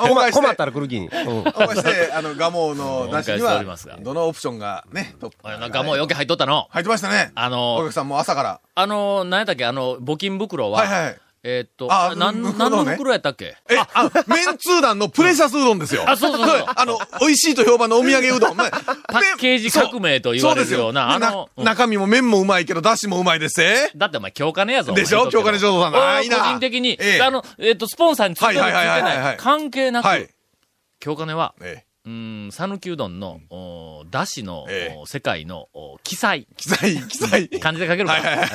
[SPEAKER 3] お
[SPEAKER 4] 困
[SPEAKER 3] 会いして
[SPEAKER 4] 困ったら来る気に。うん
[SPEAKER 3] お会いして、あの、ガモの出し
[SPEAKER 1] お願いし
[SPEAKER 3] に
[SPEAKER 1] てお
[SPEAKER 3] は
[SPEAKER 1] りますが、
[SPEAKER 3] どのオプションがね、トップ。
[SPEAKER 1] なんかもう余計入っとったの。
[SPEAKER 3] 入ってましたね。
[SPEAKER 1] あ
[SPEAKER 3] お
[SPEAKER 1] の
[SPEAKER 3] 客、さんも朝から。
[SPEAKER 1] あの、何やったっけ、あの、募金袋は、
[SPEAKER 3] はいはいはい
[SPEAKER 1] えーっと、
[SPEAKER 3] あ
[SPEAKER 1] なん、
[SPEAKER 3] 袋ね
[SPEAKER 1] 何の袋やったっけ
[SPEAKER 3] え、あ、メンツー団のプレシャスうどんですよ。
[SPEAKER 1] あそうそうそう
[SPEAKER 3] あの、美味しいと評判のお土産うどん。パッ
[SPEAKER 1] パッケージ革命と言われるような、あの、うん
[SPEAKER 3] 中身も麺もうまいけど、だしもうまいですぜ
[SPEAKER 1] だってお前、京金やぞ。
[SPEAKER 3] でしょ
[SPEAKER 1] お前
[SPEAKER 3] 京金醸造さんの
[SPEAKER 1] 俺は
[SPEAKER 3] あーいいな
[SPEAKER 1] 個人的に、
[SPEAKER 3] ええ
[SPEAKER 1] あの、えーっと、スポンサーについてるついて
[SPEAKER 3] はいはいはいはいは
[SPEAKER 1] ないい。関係なく、
[SPEAKER 3] はい。
[SPEAKER 1] 京金は、
[SPEAKER 3] ええ
[SPEAKER 1] うーん、讃岐うどんの、おーだしの、
[SPEAKER 3] ええ
[SPEAKER 1] お世界の、お記載、
[SPEAKER 3] 記載、記載。記
[SPEAKER 1] 漢字で書けるから。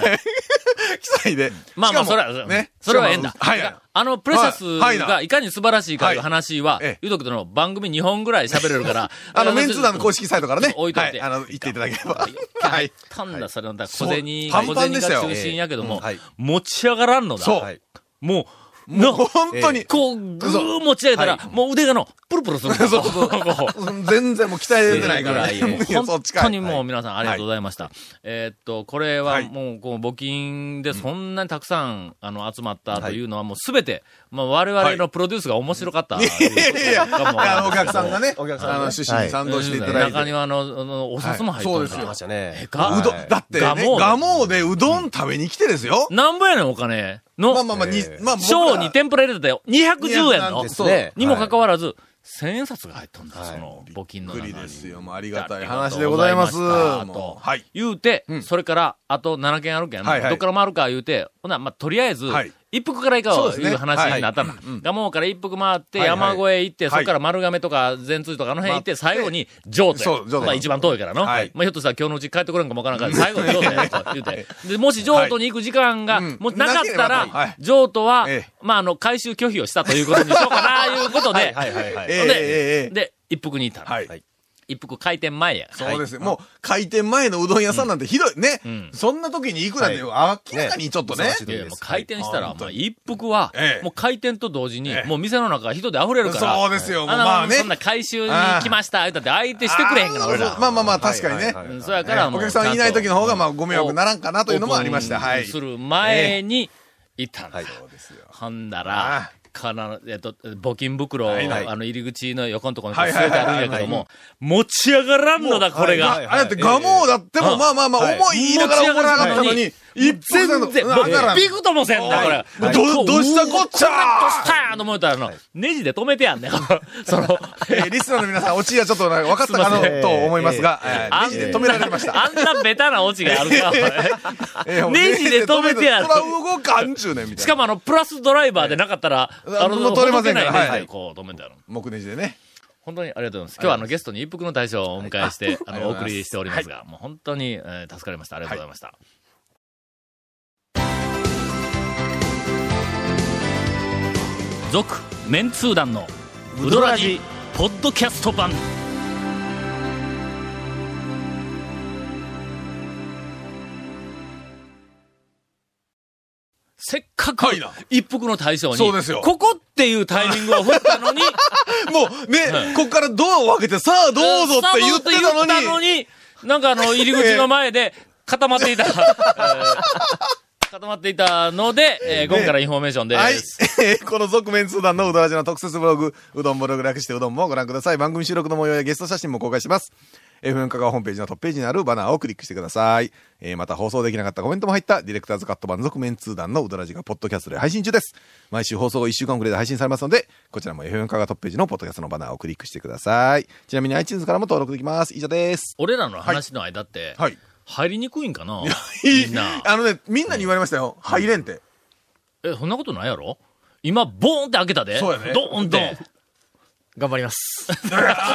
[SPEAKER 3] 載で。
[SPEAKER 1] まあまあ、
[SPEAKER 3] し
[SPEAKER 1] そ
[SPEAKER 3] か
[SPEAKER 1] れ
[SPEAKER 3] も
[SPEAKER 1] は、
[SPEAKER 3] ね。
[SPEAKER 1] それはええんだ。
[SPEAKER 3] はい
[SPEAKER 1] て
[SPEAKER 3] はい
[SPEAKER 1] か。あの、プレシャス
[SPEAKER 3] はいは
[SPEAKER 1] が
[SPEAKER 3] いない
[SPEAKER 1] かに素晴らしいかという話は、
[SPEAKER 3] はいええ
[SPEAKER 1] 言うとくとの番組2本ぐらい喋れるから。
[SPEAKER 3] あの、メンツー団の公
[SPEAKER 1] 式。
[SPEAKER 3] 式サイトからね。
[SPEAKER 1] 置いといて
[SPEAKER 3] はあの、行っていただければ。は
[SPEAKER 1] はいい。。たんだ、それなんだ、小
[SPEAKER 3] そう
[SPEAKER 1] 銭が、
[SPEAKER 3] パン
[SPEAKER 1] 小
[SPEAKER 3] パン
[SPEAKER 1] 銭
[SPEAKER 3] で
[SPEAKER 1] が
[SPEAKER 3] したよ
[SPEAKER 1] 中心やけど
[SPEAKER 4] ええう
[SPEAKER 1] も
[SPEAKER 4] んはい、
[SPEAKER 1] 持ち上がらんのだ。
[SPEAKER 3] そう
[SPEAKER 4] はい。
[SPEAKER 1] もう、な
[SPEAKER 3] もう、本当に。
[SPEAKER 1] こう、ぐー持ち上げたら、もう腕がの、プルプル する。そうそうそう。
[SPEAKER 3] 全然もう鍛え
[SPEAKER 1] ぐ
[SPEAKER 3] てないからら
[SPEAKER 1] い
[SPEAKER 3] ね。
[SPEAKER 1] よ
[SPEAKER 3] いやそ
[SPEAKER 1] 本
[SPEAKER 3] っちかい
[SPEAKER 1] 当にもう皆さんありがとうございました。えーっと、これは
[SPEAKER 3] はい
[SPEAKER 1] もう、こう、募金でそんなにたくさん、あの、集まったというのはもうすべて、まあ、我々のプロデュースが面白かった。い
[SPEAKER 3] いやいやいや、あの、お客さんがね、
[SPEAKER 4] お客さん
[SPEAKER 3] あの、
[SPEAKER 4] がね
[SPEAKER 3] 趣旨に賛同していただいて。
[SPEAKER 1] 中にはあの、あのお札も入って
[SPEAKER 3] はい
[SPEAKER 1] るから
[SPEAKER 3] そうです
[SPEAKER 4] 出
[SPEAKER 3] よ
[SPEAKER 4] ましたね。
[SPEAKER 1] ええか
[SPEAKER 3] うど
[SPEAKER 4] はい
[SPEAKER 3] ん、だってね、
[SPEAKER 1] ガ
[SPEAKER 3] ガ
[SPEAKER 1] モー
[SPEAKER 3] モーでうどん食べに来てですよ。
[SPEAKER 1] なんぼやねん、お金。の、
[SPEAKER 3] まあまあまあ、に
[SPEAKER 4] ええ
[SPEAKER 3] まあ、僕ら
[SPEAKER 1] 小に天ぷら入れてたよ。210円の
[SPEAKER 3] 210。
[SPEAKER 4] そうですね。
[SPEAKER 1] にもかか
[SPEAKER 4] わ
[SPEAKER 1] わらず、千円札が入っとんだ、
[SPEAKER 4] はい
[SPEAKER 1] その募金の
[SPEAKER 3] びっ
[SPEAKER 1] 中
[SPEAKER 3] く
[SPEAKER 1] に。
[SPEAKER 3] りですよ。もうあり
[SPEAKER 1] あ
[SPEAKER 3] がたい話でございます。も
[SPEAKER 1] と
[SPEAKER 3] うはい。
[SPEAKER 1] 言うて、
[SPEAKER 3] うん
[SPEAKER 1] それから、あと7件あるけん、
[SPEAKER 3] はいはい
[SPEAKER 1] どっから回るか言うて、ほな、まあ、とりあえず、
[SPEAKER 3] はい
[SPEAKER 1] 一服から行か
[SPEAKER 3] そう
[SPEAKER 1] を
[SPEAKER 3] ですね
[SPEAKER 1] いう話になったんだ。蒲生から一服回って、
[SPEAKER 3] はいはい
[SPEAKER 1] 山越え行って、
[SPEAKER 3] はい
[SPEAKER 1] そこから丸亀とか善通寺とかあの辺行って、最後に上都
[SPEAKER 3] そう上都
[SPEAKER 1] まあ、一番遠いからの。
[SPEAKER 3] はい
[SPEAKER 1] まあ、ひょっとしたら今日のうち帰ってこれんかもわからんから、最後に上都や と言うて。で、もし上都に行く時間が、
[SPEAKER 3] はい
[SPEAKER 1] もうなかったら、
[SPEAKER 3] うんなければはい
[SPEAKER 1] 上都は、
[SPEAKER 3] ええ
[SPEAKER 1] まあ、あの、回収拒否をしたということにしようかな、いうことで、
[SPEAKER 4] はいはいはい。
[SPEAKER 3] ええ
[SPEAKER 1] ほんで
[SPEAKER 3] ええええ
[SPEAKER 1] で、一服に行ったの。
[SPEAKER 3] はい。
[SPEAKER 4] はい
[SPEAKER 1] 一服開店前や。
[SPEAKER 3] そうですよ、もう開店前のうどん屋さんなんてひどいね、
[SPEAKER 1] うん
[SPEAKER 3] そんな時に行くなんて、明らかにちょっとね
[SPEAKER 4] ね
[SPEAKER 1] いやいやもう開店したら、
[SPEAKER 3] はい
[SPEAKER 1] もう一服は
[SPEAKER 3] え、え
[SPEAKER 1] もう開店と同時に
[SPEAKER 3] え、え
[SPEAKER 1] もう店の中が人で溢れるから。
[SPEAKER 3] そうですよもう
[SPEAKER 1] あの
[SPEAKER 3] まあね
[SPEAKER 1] そんな回収に来ました、言うたって相手してくれへんから、
[SPEAKER 3] あー
[SPEAKER 1] 俺ら。
[SPEAKER 3] そうまあまあまあ確かにね、
[SPEAKER 4] はいはいはい
[SPEAKER 1] うんそやからも
[SPEAKER 3] お
[SPEAKER 1] う。
[SPEAKER 3] 客さんいない時の方がまあご迷惑ならんかなというのもありまし
[SPEAKER 1] オ
[SPEAKER 3] た
[SPEAKER 1] ープン
[SPEAKER 3] はい
[SPEAKER 1] する前に、いたんだ。
[SPEAKER 3] そうですよ
[SPEAKER 1] ほんな
[SPEAKER 3] あ
[SPEAKER 1] ら
[SPEAKER 3] あ、
[SPEAKER 1] かな、えっと、募金袋を、
[SPEAKER 3] はいはい
[SPEAKER 1] あの、入り口の横のところに据
[SPEAKER 3] はい
[SPEAKER 1] え
[SPEAKER 3] はい
[SPEAKER 1] て
[SPEAKER 3] はい
[SPEAKER 1] あるんやけども、持ち上がらんのだ、これ
[SPEAKER 3] まあ
[SPEAKER 1] が。
[SPEAKER 3] あれだってガモーだって
[SPEAKER 1] は
[SPEAKER 3] も、
[SPEAKER 1] い
[SPEAKER 3] まあまあまあ、
[SPEAKER 4] はい
[SPEAKER 3] 重い言いながら
[SPEAKER 1] 持
[SPEAKER 3] 怒
[SPEAKER 1] ち上
[SPEAKER 3] ら
[SPEAKER 1] がら
[SPEAKER 3] なか
[SPEAKER 1] んの
[SPEAKER 3] った
[SPEAKER 1] に
[SPEAKER 3] のに、一
[SPEAKER 1] 全
[SPEAKER 3] 分
[SPEAKER 1] 然、びくともせんな、これ。
[SPEAKER 3] はいどどうしたこっちゃ
[SPEAKER 1] こんなことしたんやと思ったら、あの、ネジで止めてやんねん。 その、
[SPEAKER 3] えーリスナーの皆さん、オチがちょっとなんか分かったか
[SPEAKER 4] すいませ
[SPEAKER 3] なんと思いますが、えー
[SPEAKER 1] あ
[SPEAKER 3] ネジで止められてました。
[SPEAKER 1] あんな ベタなオチがあるか。
[SPEAKER 3] えー
[SPEAKER 1] ネジで止めてやる
[SPEAKER 3] ネジで止めてそら動かんちゅうねん、みたいな。
[SPEAKER 1] しかもあの、プラスドライバーでなかったら、
[SPEAKER 3] はい
[SPEAKER 1] あの、
[SPEAKER 3] もう取れませんから
[SPEAKER 1] ほどけないネ
[SPEAKER 3] は
[SPEAKER 1] ジで
[SPEAKER 3] い
[SPEAKER 1] こう止めてある。
[SPEAKER 3] 木ネジでね。
[SPEAKER 1] 本当にありがとうございます。今日はあの、ゲストに一服の大将をお迎えして、あの、お送りしておりますが、もう本当に、えー助かりました。ありがとうございました。続、メンツー団の、ウドラジ、ポッドキャスト版。せっかく
[SPEAKER 3] はいな、
[SPEAKER 1] 一服の大将に、
[SPEAKER 3] そうですよ
[SPEAKER 1] ここっていうタイミングを振った のに、
[SPEAKER 3] もうね、こっからドアを開けて、さあどうぞって言ってたの
[SPEAKER 1] 言ったの
[SPEAKER 3] に、
[SPEAKER 1] になんかあの、入り口の前で固ま っていた。えー固まっていたので、えー、今からインフォメーションで
[SPEAKER 3] はい
[SPEAKER 1] す。。
[SPEAKER 3] え ーこの続面通談のうどらじの特設ブログ、うどんブログ略してうどんもご覧ください。番組収録の模様やゲスト写真も公開します。FM 香川ホームページのトップページにあるバナーをクリックしてください。えーまた放送できなかったコメントも入ったディレクターズカット版続面通談のうどらじがポッドキャストで配信中です。毎週放送後1週間くらいで配信されますので、こちらも FM 香川トップページのポッドキャストのバナーをクリックしてください。ちなみに iTunes からも登録できます。以上です。
[SPEAKER 1] 俺らの話の間って、
[SPEAKER 3] はい。
[SPEAKER 1] 入りにくいんかなみんな。
[SPEAKER 3] あのね、みんなに言われましたよ。入れんって。
[SPEAKER 1] え、そんなことないやろ今、ボーンって開けたで。
[SPEAKER 3] そうやね
[SPEAKER 1] ドーンって。
[SPEAKER 6] 頑張ります。
[SPEAKER 3] あ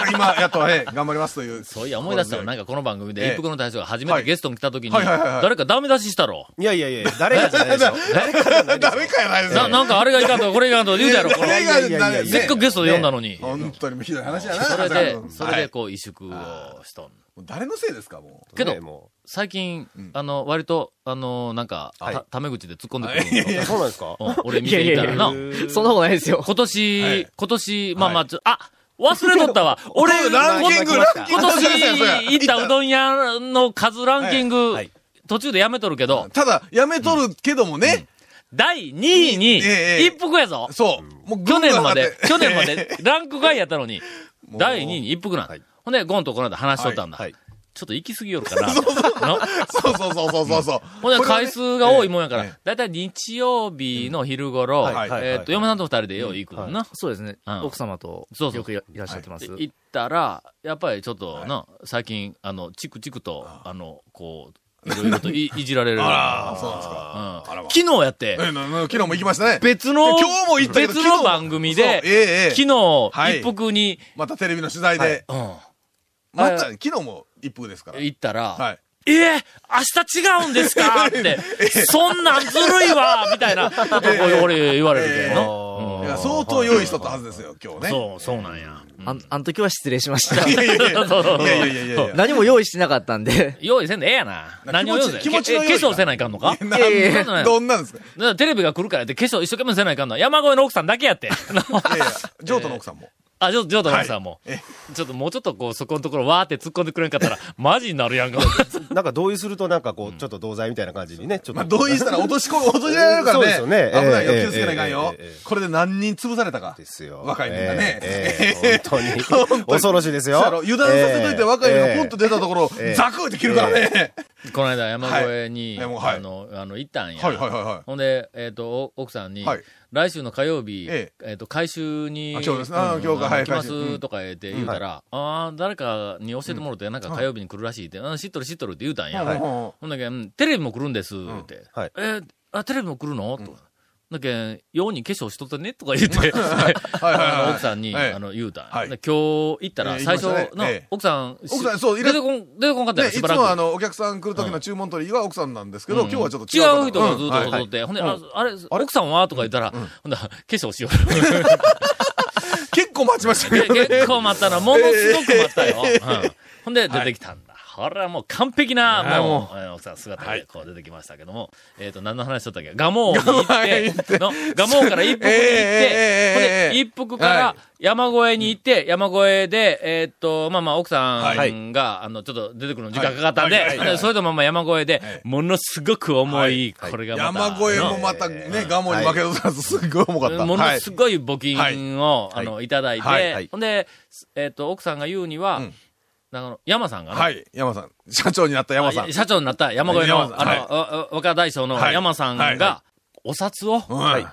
[SPEAKER 3] ー今、やっと、えー頑張りますという。
[SPEAKER 1] そういや、思い出したら、なんかこの番組
[SPEAKER 3] え
[SPEAKER 1] で
[SPEAKER 3] え
[SPEAKER 1] 一服の大将が初め
[SPEAKER 3] は
[SPEAKER 1] て
[SPEAKER 3] い
[SPEAKER 1] ゲストに来た時に、
[SPEAKER 3] はいはいはいはい
[SPEAKER 1] 誰かダメ出ししたろ。
[SPEAKER 4] いやいやいや、誰がじゃないでしょ。
[SPEAKER 3] ダメかやないです
[SPEAKER 1] な、なんかあれがいかんとかこれがいかんとか言うたやろ、この。
[SPEAKER 3] 誰が
[SPEAKER 4] いやいやいやいや
[SPEAKER 1] せっかくゲストで呼んだのに。
[SPEAKER 3] 本当にひどい話やな。
[SPEAKER 1] それ
[SPEAKER 3] 長谷
[SPEAKER 1] で
[SPEAKER 3] 川、君
[SPEAKER 1] それ
[SPEAKER 3] は
[SPEAKER 1] で
[SPEAKER 3] い
[SPEAKER 1] こう、萎縮をしとん。
[SPEAKER 3] もう誰のせいですか、も
[SPEAKER 1] けど
[SPEAKER 4] ねも
[SPEAKER 1] 最近、あの、割と、あの、なんか、
[SPEAKER 4] はい
[SPEAKER 1] たタメ口で突っ込んでくるの
[SPEAKER 4] う。そうなんですか
[SPEAKER 1] うん俺見ていたらな。
[SPEAKER 6] そんなことないですよ。
[SPEAKER 1] 今年、
[SPEAKER 3] はい
[SPEAKER 1] 今年、まあまあ、ちょあ、忘れとった わ。俺、
[SPEAKER 3] う。ランキング、ランキン
[SPEAKER 1] 今
[SPEAKER 3] グ
[SPEAKER 1] 年行ったうどん屋の数ランキング、
[SPEAKER 4] はい
[SPEAKER 1] 途中でやめとるけど、
[SPEAKER 3] ただ、やめとるけどもね、
[SPEAKER 1] 第2位に、
[SPEAKER 3] ええええ
[SPEAKER 1] 一服やぞ。
[SPEAKER 3] そう。もう
[SPEAKER 1] 去年まで、
[SPEAKER 3] 群
[SPEAKER 1] 去年
[SPEAKER 3] 馬
[SPEAKER 1] ま で、ランク外やったのに、
[SPEAKER 3] う
[SPEAKER 1] 第2位に一服なんだ
[SPEAKER 4] はい
[SPEAKER 1] ほんで、ゴンとこの間話しとったんだ。
[SPEAKER 4] はいはい
[SPEAKER 1] ちょっと行き過ぎよるか な。の
[SPEAKER 3] そうそうそうそうそうそう。
[SPEAKER 1] ほんで、
[SPEAKER 3] これはね
[SPEAKER 1] 回数が多いもんやか
[SPEAKER 3] ええ
[SPEAKER 1] ら、だいたい日曜日の昼頃、
[SPEAKER 4] はいはい
[SPEAKER 1] えっ
[SPEAKER 4] はい
[SPEAKER 1] と、嫁さんと二人でよう行くのな。
[SPEAKER 6] そうですね。
[SPEAKER 1] うん
[SPEAKER 6] 奥様と
[SPEAKER 1] そうそう
[SPEAKER 6] よくいらっしゃってます。
[SPEAKER 1] で行ったら、やっぱりちょっとな、最近、あの、チクチクと、あの、こう、いろいろと いいじられる。
[SPEAKER 3] あら、そうなんですか。
[SPEAKER 1] うん
[SPEAKER 3] あらま
[SPEAKER 1] 昨日やって、
[SPEAKER 3] えなな昨日も行きましたね。
[SPEAKER 1] 別の、
[SPEAKER 3] で今日も行ったけど
[SPEAKER 1] 別
[SPEAKER 3] 昨
[SPEAKER 1] の
[SPEAKER 3] 日も
[SPEAKER 1] 番組
[SPEAKER 3] そう
[SPEAKER 1] で、
[SPEAKER 3] ええええ
[SPEAKER 1] 昨
[SPEAKER 3] は
[SPEAKER 1] 日、
[SPEAKER 3] い
[SPEAKER 1] 一服に、
[SPEAKER 3] またテレビの取材で。
[SPEAKER 1] うん
[SPEAKER 3] ま
[SPEAKER 1] はい
[SPEAKER 3] た、昨日も一服ですから。
[SPEAKER 1] 行ったら、
[SPEAKER 3] はい。
[SPEAKER 1] えー明日違うんですか って、そんなんずるいわみたいなことを俺言われるけどな
[SPEAKER 3] えいや相当用意しとったはずですよ、今日ね。
[SPEAKER 1] そう、そうなんや。
[SPEAKER 6] あん、あの時は失礼しました。
[SPEAKER 3] いやいやいや。
[SPEAKER 1] そうそうそう
[SPEAKER 3] いやいやいやいや。
[SPEAKER 6] 何も用意してなかったんで。
[SPEAKER 1] 用意せんでええやな。
[SPEAKER 3] な
[SPEAKER 1] 何を用意せん
[SPEAKER 3] 気持ち気持ちの用意
[SPEAKER 1] け化粧せないかんのか
[SPEAKER 3] ない
[SPEAKER 6] やいやいや
[SPEAKER 1] そんなことない
[SPEAKER 3] どんなんですか
[SPEAKER 1] だからテレビが来るからって化粧一生懸命せないかんのは山越えの奥さんだけや って。
[SPEAKER 3] いやいや、譲渡の奥さんも。
[SPEAKER 1] あ、ちょっと、ちょっと奥さんも。ちょっともうちょっとこう、そこのところわーって突っ込んでくれんかっ たら、マジになるやんか。
[SPEAKER 4] なんか同意するとなんかこう、ちょっと同罪みたいな感じにね、ちょっと。
[SPEAKER 3] まあ、同意したら落とし こ、落としられるからね。
[SPEAKER 4] そうですよね
[SPEAKER 3] 危ないよ、
[SPEAKER 4] ええ
[SPEAKER 3] 気をつけないかんよ
[SPEAKER 4] ええええ。
[SPEAKER 3] これで何人潰されたか。
[SPEAKER 4] ですよ。
[SPEAKER 3] 若いみんなね。
[SPEAKER 4] え えええ本当に。恐ろしいですよ
[SPEAKER 3] そうやろ。油断させといて若いのがポンと出たところ、
[SPEAKER 4] ええ
[SPEAKER 3] ザクって切るからね。
[SPEAKER 1] この間山越えに、
[SPEAKER 3] はいでもはい
[SPEAKER 1] あの、あの、行ったんや。
[SPEAKER 3] はいはいはいはい
[SPEAKER 1] ほんで、えっ、と、お奥さんに、
[SPEAKER 3] はい
[SPEAKER 1] 来週の火曜日、え
[SPEAKER 3] え
[SPEAKER 1] っ、と、回収に、
[SPEAKER 3] あ今日ですねあ今日か
[SPEAKER 1] あの
[SPEAKER 3] はい
[SPEAKER 1] 来ま
[SPEAKER 3] 回収う
[SPEAKER 1] す
[SPEAKER 3] ん
[SPEAKER 1] とか言って言うたら、ああ、誰かに教えてもらって、なんか火曜日に来るらしいって、うん、知っとる知っとるって言うたんや。
[SPEAKER 3] はい
[SPEAKER 1] ほんだけん、うんテレビも来るんです、って。
[SPEAKER 4] はい
[SPEAKER 1] えーあ、テレビも来るのと。だけん、ように化粧しとってねとか言って、
[SPEAKER 3] はいはい
[SPEAKER 1] あ
[SPEAKER 3] は
[SPEAKER 1] の
[SPEAKER 3] い。
[SPEAKER 1] 奥さんに、
[SPEAKER 3] はい
[SPEAKER 1] あの、言うたんや、
[SPEAKER 3] はい
[SPEAKER 1] で今日行ったら、
[SPEAKER 3] ええ
[SPEAKER 1] 最初、
[SPEAKER 3] 行きましたね
[SPEAKER 1] な
[SPEAKER 3] ええ
[SPEAKER 1] 奥さん、し
[SPEAKER 3] 奥さんそういら
[SPEAKER 1] 出てこん、出てこんかった
[SPEAKER 3] ね、
[SPEAKER 1] よ、
[SPEAKER 3] い
[SPEAKER 1] し
[SPEAKER 3] つ
[SPEAKER 1] ばらく。
[SPEAKER 3] もあの、お客さん来る時の注文取りが奥さんなんですけ
[SPEAKER 1] う
[SPEAKER 3] ど、
[SPEAKER 1] ん
[SPEAKER 3] 今日はちょっと
[SPEAKER 1] 違う
[SPEAKER 3] 違う
[SPEAKER 1] 人がずっと
[SPEAKER 3] はい
[SPEAKER 1] 踊って、ほんで、ああれ、奥さんはとか言ったら、ほんだら化粧しよう。
[SPEAKER 3] 結構待ちました けどね。
[SPEAKER 1] 結構待ったの、ものすごく待った よ。うんほんで出てきたんだ。ほら、もう完璧な、
[SPEAKER 3] はい
[SPEAKER 1] も
[SPEAKER 3] も
[SPEAKER 1] う、えー奥さん姿でこう出てきましたけども、えっと、何の話しとったっけガモーに行って、のガモーから一服に行っ
[SPEAKER 3] えーえーえー
[SPEAKER 1] て、ほんで
[SPEAKER 3] え、ー
[SPEAKER 1] 一服から
[SPEAKER 3] は
[SPEAKER 1] 山越えに行って、山越えで、えーっと、まあまあ、奥さ
[SPEAKER 3] は
[SPEAKER 1] んが、あの、ちょっと出てくるの時間かかったん
[SPEAKER 3] はいはい
[SPEAKER 1] で、
[SPEAKER 3] はい
[SPEAKER 1] ほんでそれとまあまあ山越えで
[SPEAKER 3] はい、
[SPEAKER 1] ものすごく重い、
[SPEAKER 3] はい
[SPEAKER 1] これがま
[SPEAKER 3] 山
[SPEAKER 1] た。
[SPEAKER 3] 越えもまたね、ガモに負けたとすっごい重かった。
[SPEAKER 1] も
[SPEAKER 3] は
[SPEAKER 1] の
[SPEAKER 3] い
[SPEAKER 1] すごい募金を、
[SPEAKER 3] はい
[SPEAKER 1] あ
[SPEAKER 3] は
[SPEAKER 1] の、いただいて、
[SPEAKER 3] はいはい
[SPEAKER 1] ほんで、えっ、と、奥さんが言うには、
[SPEAKER 3] うん
[SPEAKER 1] あの山さんがね、
[SPEAKER 3] はい、山さん。社長になった山さん。
[SPEAKER 1] あ社長になった山越えの、
[SPEAKER 3] 山さん
[SPEAKER 1] あの、
[SPEAKER 3] はい
[SPEAKER 1] ああ若大将の
[SPEAKER 3] はい
[SPEAKER 1] 山さんが、
[SPEAKER 3] はいは
[SPEAKER 1] お札を、
[SPEAKER 3] うん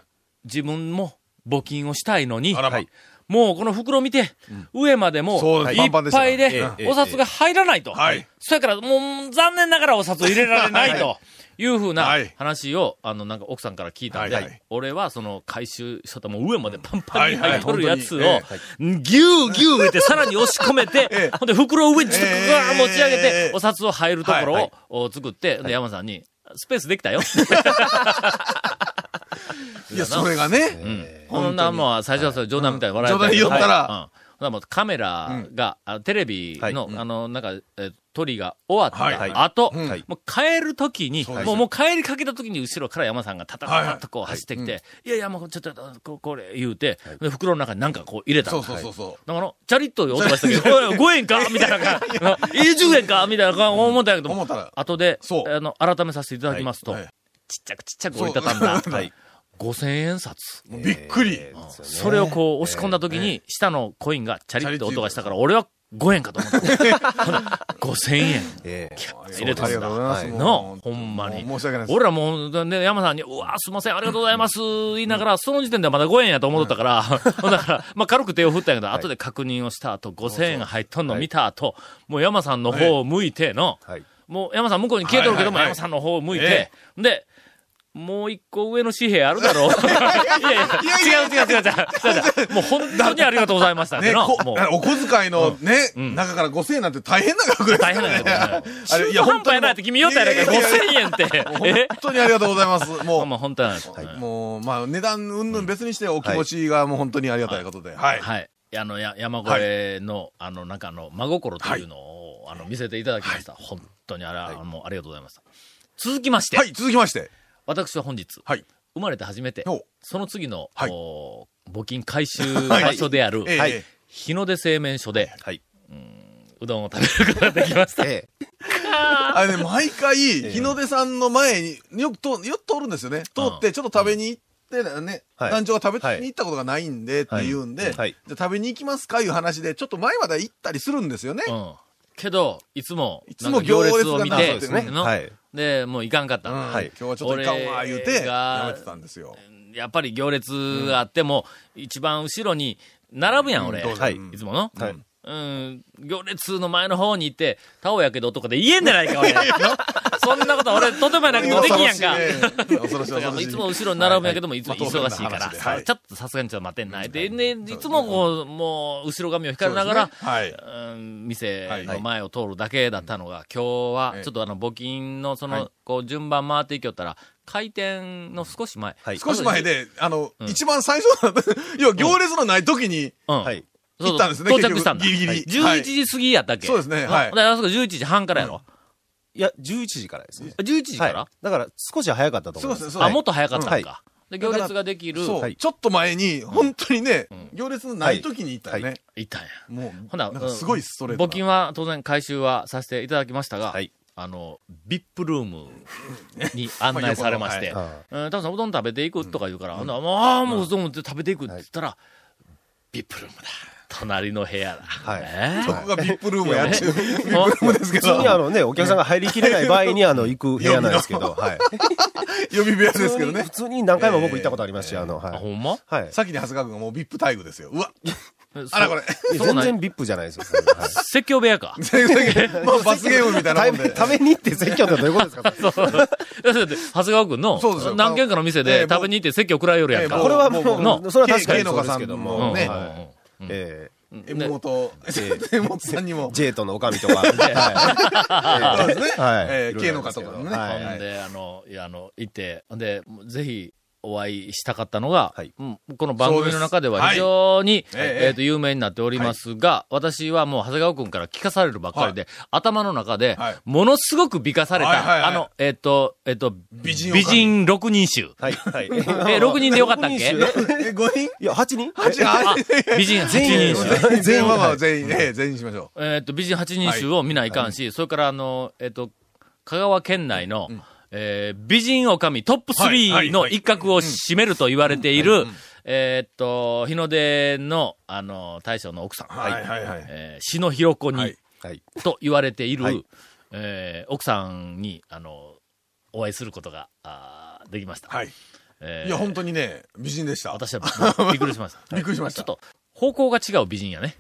[SPEAKER 1] 自分も募金をしたいのに、
[SPEAKER 3] あらま
[SPEAKER 1] はいもうこの袋見て、上までも
[SPEAKER 3] そう
[SPEAKER 1] う
[SPEAKER 3] で
[SPEAKER 1] い
[SPEAKER 3] す
[SPEAKER 1] っぱい
[SPEAKER 3] パン
[SPEAKER 1] で
[SPEAKER 3] パンでした、
[SPEAKER 1] お札が入らないと。
[SPEAKER 3] はい
[SPEAKER 1] そやから、もう残念ながらお札を入れられないと。いうふうな
[SPEAKER 3] はい
[SPEAKER 1] 話を、あの、なんか奥さんから聞いたんで、
[SPEAKER 3] はいはい
[SPEAKER 1] 俺はその回収しとったもう上までパンパンに入っとる
[SPEAKER 3] はいは
[SPEAKER 1] や
[SPEAKER 3] い
[SPEAKER 1] つを、ぎ
[SPEAKER 3] 本
[SPEAKER 1] ゅうぎゅう入れて、さらに押し込めて、
[SPEAKER 3] ええ
[SPEAKER 1] ほんで袋を上にちょっとぐわー持ち上げて、
[SPEAKER 3] ええ
[SPEAKER 1] お札を入るところを、
[SPEAKER 3] はいはい
[SPEAKER 1] お作って、で山さんに、スペースできたよ。
[SPEAKER 3] いや、それがね、
[SPEAKER 1] こんなもんは最初はそれ冗談みたいに笑え
[SPEAKER 3] 冗談言ったら
[SPEAKER 1] うんほんならもうカメラが、あテレビの、あの、なんか、えー撮りが終わった
[SPEAKER 3] はい
[SPEAKER 1] 後、
[SPEAKER 3] うんはい
[SPEAKER 1] もう帰るときに、
[SPEAKER 3] そうです
[SPEAKER 1] もうもう帰りかけたときに後ろから山さんがタタタタッとこう走ってきて、いやいや、もうちょっと、ここれ言うて、で袋の中になんかこう入れた
[SPEAKER 3] そ
[SPEAKER 1] の
[SPEAKER 3] うそうそうそ
[SPEAKER 1] だから、チャリットで音がしたけど、おい、5円かみたいな感じ。20円かみたいな感じ思ったんやけ
[SPEAKER 3] う。思った
[SPEAKER 1] ど、
[SPEAKER 3] ら、
[SPEAKER 1] 後で、
[SPEAKER 3] そう
[SPEAKER 1] あの、改めさせていただきますと、
[SPEAKER 3] はいはい
[SPEAKER 1] ちっちゃくちっちゃく折りたたんだ、
[SPEAKER 3] そう
[SPEAKER 1] はい5000円札。
[SPEAKER 3] びっくり。
[SPEAKER 1] それをこう押し込んだ時に、下のコインがチャリッと音がしたから、俺は5円かと思った。5000円。 入れと
[SPEAKER 3] あり
[SPEAKER 1] す
[SPEAKER 3] がとうござ
[SPEAKER 1] な。
[SPEAKER 3] います。も
[SPEAKER 1] の
[SPEAKER 3] う、
[SPEAKER 1] ほんまに。
[SPEAKER 3] もう申し訳ないです。
[SPEAKER 1] 俺らもう、ね、山さんに、うわ、すいません、ありがとうございます、言いながら、その時点ではまだ5円やと思っとったから、 だから、まあ、軽く手を振ったんやけど、後で確認をした後、5000円が入っとんの見た後、もう山さんの方を向いての、もう山さん向こうに消えとるけども、
[SPEAKER 3] はいはいはい
[SPEAKER 1] 山さんの方を向いて
[SPEAKER 3] え、
[SPEAKER 1] で、もう一個上の紙幣あるだ ろう。いやいや、違う違う違う違う違う違う。もう本当にありがとうございましたけ
[SPEAKER 3] ね、
[SPEAKER 1] ど、
[SPEAKER 3] こ
[SPEAKER 1] もう
[SPEAKER 3] あのお小遣いのね、
[SPEAKER 1] ん
[SPEAKER 3] 中から5000円なんて大変な額ですか
[SPEAKER 1] 大
[SPEAKER 3] ら
[SPEAKER 1] 変なんやけどね。
[SPEAKER 3] あれいや
[SPEAKER 1] 中途半端やなって君言おうたやないか、
[SPEAKER 3] いやいやい
[SPEAKER 1] 5000円っ て。え
[SPEAKER 3] 本当にありがとうございます。もう、
[SPEAKER 1] まあ本当なんです。はい
[SPEAKER 3] もう、まあ、値段うんぬん別にして、お気持ちがもう本当にありがたいことで。はい。
[SPEAKER 1] はい。あの、や山越えの、あの、なんかあの、真心というのを、あの、見せていただきました。本当にあら、もうありがとうございました。続きまして、
[SPEAKER 3] はい、続きまして。
[SPEAKER 1] 私は本日、
[SPEAKER 3] はい。
[SPEAKER 1] 生まれて初めて
[SPEAKER 3] お、
[SPEAKER 1] その次の、
[SPEAKER 3] はい
[SPEAKER 1] お募金回収場所である、
[SPEAKER 3] はいええ
[SPEAKER 1] はい日の出製麺所で、
[SPEAKER 4] はいう
[SPEAKER 1] ーんうどんを食べることができました。
[SPEAKER 6] え
[SPEAKER 3] あれね、毎回、日の出さんの前に、よくと、よく通るんですよね。通って、ちょっと食べに行って、ね、
[SPEAKER 4] はい
[SPEAKER 3] 団長が食
[SPEAKER 4] は
[SPEAKER 3] べ
[SPEAKER 4] い
[SPEAKER 3] に行ったことがないんで、って言うんで、
[SPEAKER 4] はいはい
[SPEAKER 3] じゃあ食べに行きますかいう話で、ちょっと前まで行ったりするんですよね。
[SPEAKER 1] うん。けど、いつも、
[SPEAKER 3] いつも行列が
[SPEAKER 1] なんか行列を見
[SPEAKER 3] な
[SPEAKER 1] て、
[SPEAKER 3] そうですね
[SPEAKER 1] の
[SPEAKER 4] はい
[SPEAKER 1] で、もういかんかった
[SPEAKER 3] うん
[SPEAKER 1] だ、
[SPEAKER 3] ん今日はちょっといかんわ、言うて、
[SPEAKER 1] 俺が
[SPEAKER 3] やめてたんですよ。
[SPEAKER 1] やっぱり行列があっても、一番後ろに並ぶやん、俺。
[SPEAKER 3] うん
[SPEAKER 4] はい
[SPEAKER 1] いつもの。
[SPEAKER 4] はい
[SPEAKER 1] うん、行列の前の方に行って、タオやけどとかで言えんじゃないか、 俺。そんなこと俺、とてもやなくてもできんやんか。
[SPEAKER 3] 恐ろしいね。恐ろしい、恐ろし
[SPEAKER 1] い
[SPEAKER 3] い。
[SPEAKER 1] つも後ろに並ぶんやけども、いつも
[SPEAKER 3] まあ当然
[SPEAKER 1] 忙
[SPEAKER 3] の
[SPEAKER 1] しいから、
[SPEAKER 3] 話で
[SPEAKER 1] さ
[SPEAKER 3] はい
[SPEAKER 1] ちょっとさすがにちょっと待てんない。で、ね、いつもこう、もう、後ろ髪を引かれなが
[SPEAKER 3] そう
[SPEAKER 1] ら
[SPEAKER 3] で、すねはい。
[SPEAKER 1] うん店の前を通るだけだったのが、今日は
[SPEAKER 3] ええ、
[SPEAKER 1] ちょっとあの、募金の、そ
[SPEAKER 3] はい
[SPEAKER 1] の、こう、順番回っていきよったら、開店の少し前。
[SPEAKER 4] はい
[SPEAKER 3] 少し前で、あの、
[SPEAKER 1] うん
[SPEAKER 3] 一番最初の、 要は行列のない時に
[SPEAKER 1] うん。
[SPEAKER 4] はい
[SPEAKER 1] そうそう
[SPEAKER 3] 行ったんですね
[SPEAKER 1] 到着
[SPEAKER 3] 結局
[SPEAKER 1] したんだ。
[SPEAKER 3] ギリギリ
[SPEAKER 1] はい
[SPEAKER 3] はい
[SPEAKER 1] 11時過ぎやったっけ
[SPEAKER 3] そうですねはい
[SPEAKER 1] なだからあそこ11時半からやろ。
[SPEAKER 4] いや、11時からですね。
[SPEAKER 1] 11時から
[SPEAKER 4] はいだから、少し早かったと思いま。
[SPEAKER 3] そうですすね
[SPEAKER 1] あ、
[SPEAKER 3] はい
[SPEAKER 1] もっと早かった
[SPEAKER 4] は
[SPEAKER 1] ん
[SPEAKER 4] い
[SPEAKER 1] か。で、行列ができる。
[SPEAKER 3] そう、
[SPEAKER 4] はい
[SPEAKER 3] ちょっと前に、本当にね、
[SPEAKER 1] ん
[SPEAKER 3] 行列のない時に行ったよね。
[SPEAKER 4] はい
[SPEAKER 1] いたんや。
[SPEAKER 3] もう、
[SPEAKER 1] ほな、
[SPEAKER 3] んかすごいストレート
[SPEAKER 1] う
[SPEAKER 3] なん
[SPEAKER 1] 募金は当然回収はさせていただきましたが、
[SPEAKER 4] はい
[SPEAKER 1] あの、VIP ルーム に案内されまして、
[SPEAKER 4] まあ
[SPEAKER 1] うん、たぶんうどん食べていくとか言うから、ほんならもうああ、もううどん食べていくって言ったら、VIP ルームだ。隣の部屋だ。
[SPEAKER 4] はい
[SPEAKER 1] ね
[SPEAKER 3] そこがビップルームやっちゅう。ビ
[SPEAKER 1] え
[SPEAKER 3] ップルームですけ
[SPEAKER 4] 普通に
[SPEAKER 3] ど、
[SPEAKER 4] あのね、お客さんが入りきれない場合に、あの、行く部屋なんですけど、はい。
[SPEAKER 3] 予備部屋で
[SPEAKER 4] 普
[SPEAKER 3] すけど
[SPEAKER 4] 通に、
[SPEAKER 3] ね
[SPEAKER 4] 普。通に何回も僕行ったことありますし、あの、は
[SPEAKER 1] あ、ほ
[SPEAKER 4] い。
[SPEAKER 1] んま
[SPEAKER 4] はい。
[SPEAKER 3] 先に長谷川君がもうビップ待遇ですよ。うわ、
[SPEAKER 1] そ
[SPEAKER 3] あらこれ。
[SPEAKER 4] え
[SPEAKER 1] そう
[SPEAKER 4] 全
[SPEAKER 1] なん
[SPEAKER 4] 然 VIP じゃないですよ。それはい
[SPEAKER 1] 説教部屋か。
[SPEAKER 3] まあ罰ゲームみたいなもん
[SPEAKER 4] 食べ
[SPEAKER 3] で。
[SPEAKER 4] 食べに行って説教ってどういうこと ですかそれ
[SPEAKER 1] そうだって、長谷川くんの
[SPEAKER 3] そうですよ、
[SPEAKER 1] 何軒かの店
[SPEAKER 3] え
[SPEAKER 1] で
[SPEAKER 3] えもう
[SPEAKER 1] 食べに行って席を食らいよるやん
[SPEAKER 3] ええ
[SPEAKER 1] か。
[SPEAKER 4] これはも
[SPEAKER 3] もう
[SPEAKER 1] もう
[SPEAKER 4] う、それは確かに
[SPEAKER 3] 芸能
[SPEAKER 4] そ
[SPEAKER 3] 家
[SPEAKER 4] うで
[SPEAKER 3] さ
[SPEAKER 4] す
[SPEAKER 3] ん
[SPEAKER 4] けど
[SPEAKER 1] う
[SPEAKER 3] も
[SPEAKER 4] も
[SPEAKER 1] ん、
[SPEAKER 3] ね
[SPEAKER 4] はい
[SPEAKER 1] うんうん
[SPEAKER 4] え
[SPEAKER 3] え元、 え元さんにも
[SPEAKER 4] ー、。ジェイトの女将とか、はい
[SPEAKER 3] そうですね。
[SPEAKER 4] はい
[SPEAKER 3] えー、
[SPEAKER 4] いろい
[SPEAKER 3] K の
[SPEAKER 4] ろありま
[SPEAKER 3] 方
[SPEAKER 4] す
[SPEAKER 3] と
[SPEAKER 4] けど
[SPEAKER 3] かもね。
[SPEAKER 4] はい
[SPEAKER 1] ほんで、あの、いや、あの、行って、ほんで、もうぜひ、お会いしたかったのが、
[SPEAKER 3] はい
[SPEAKER 1] うんこの番組の中では非常に、
[SPEAKER 3] はいええ
[SPEAKER 1] えっと、有名になっておりますが、私はもう長谷川くんから聞かされるばっかりで、頭の中で
[SPEAKER 3] はい、
[SPEAKER 1] ものすごく美化された、
[SPEAKER 3] はいはいはい
[SPEAKER 1] あの、えっ、と、えっ、と、
[SPEAKER 3] 美人
[SPEAKER 1] 美人6人 集。
[SPEAKER 7] はい、はい。
[SPEAKER 1] え、6人でよかったっけ
[SPEAKER 3] え、5人
[SPEAKER 7] いや、8人
[SPEAKER 1] あ美人8人集。
[SPEAKER 3] 全員はまあ全員、ええ全員にしましょ
[SPEAKER 1] えっと、美人八人衆を見ないかんし、それから、あの、えっと、香川県内の、えー美人女将トップ
[SPEAKER 3] はい
[SPEAKER 1] 3の一角を占めると言われている、えーっと、日の出の、あの、大将の奥さん、
[SPEAKER 3] う。はいはいはい。
[SPEAKER 1] えー、篠広子に、
[SPEAKER 3] はい
[SPEAKER 7] はい。
[SPEAKER 1] と言われている、
[SPEAKER 7] はい
[SPEAKER 1] えー奥さんに、あの、お会いすることが、あーできました。
[SPEAKER 3] はい。
[SPEAKER 1] えー
[SPEAKER 3] いや、本当にね、美人でした。
[SPEAKER 1] 私はびっくりしました。
[SPEAKER 3] びっくりしました
[SPEAKER 1] ちょっと、方向が違う美人やね。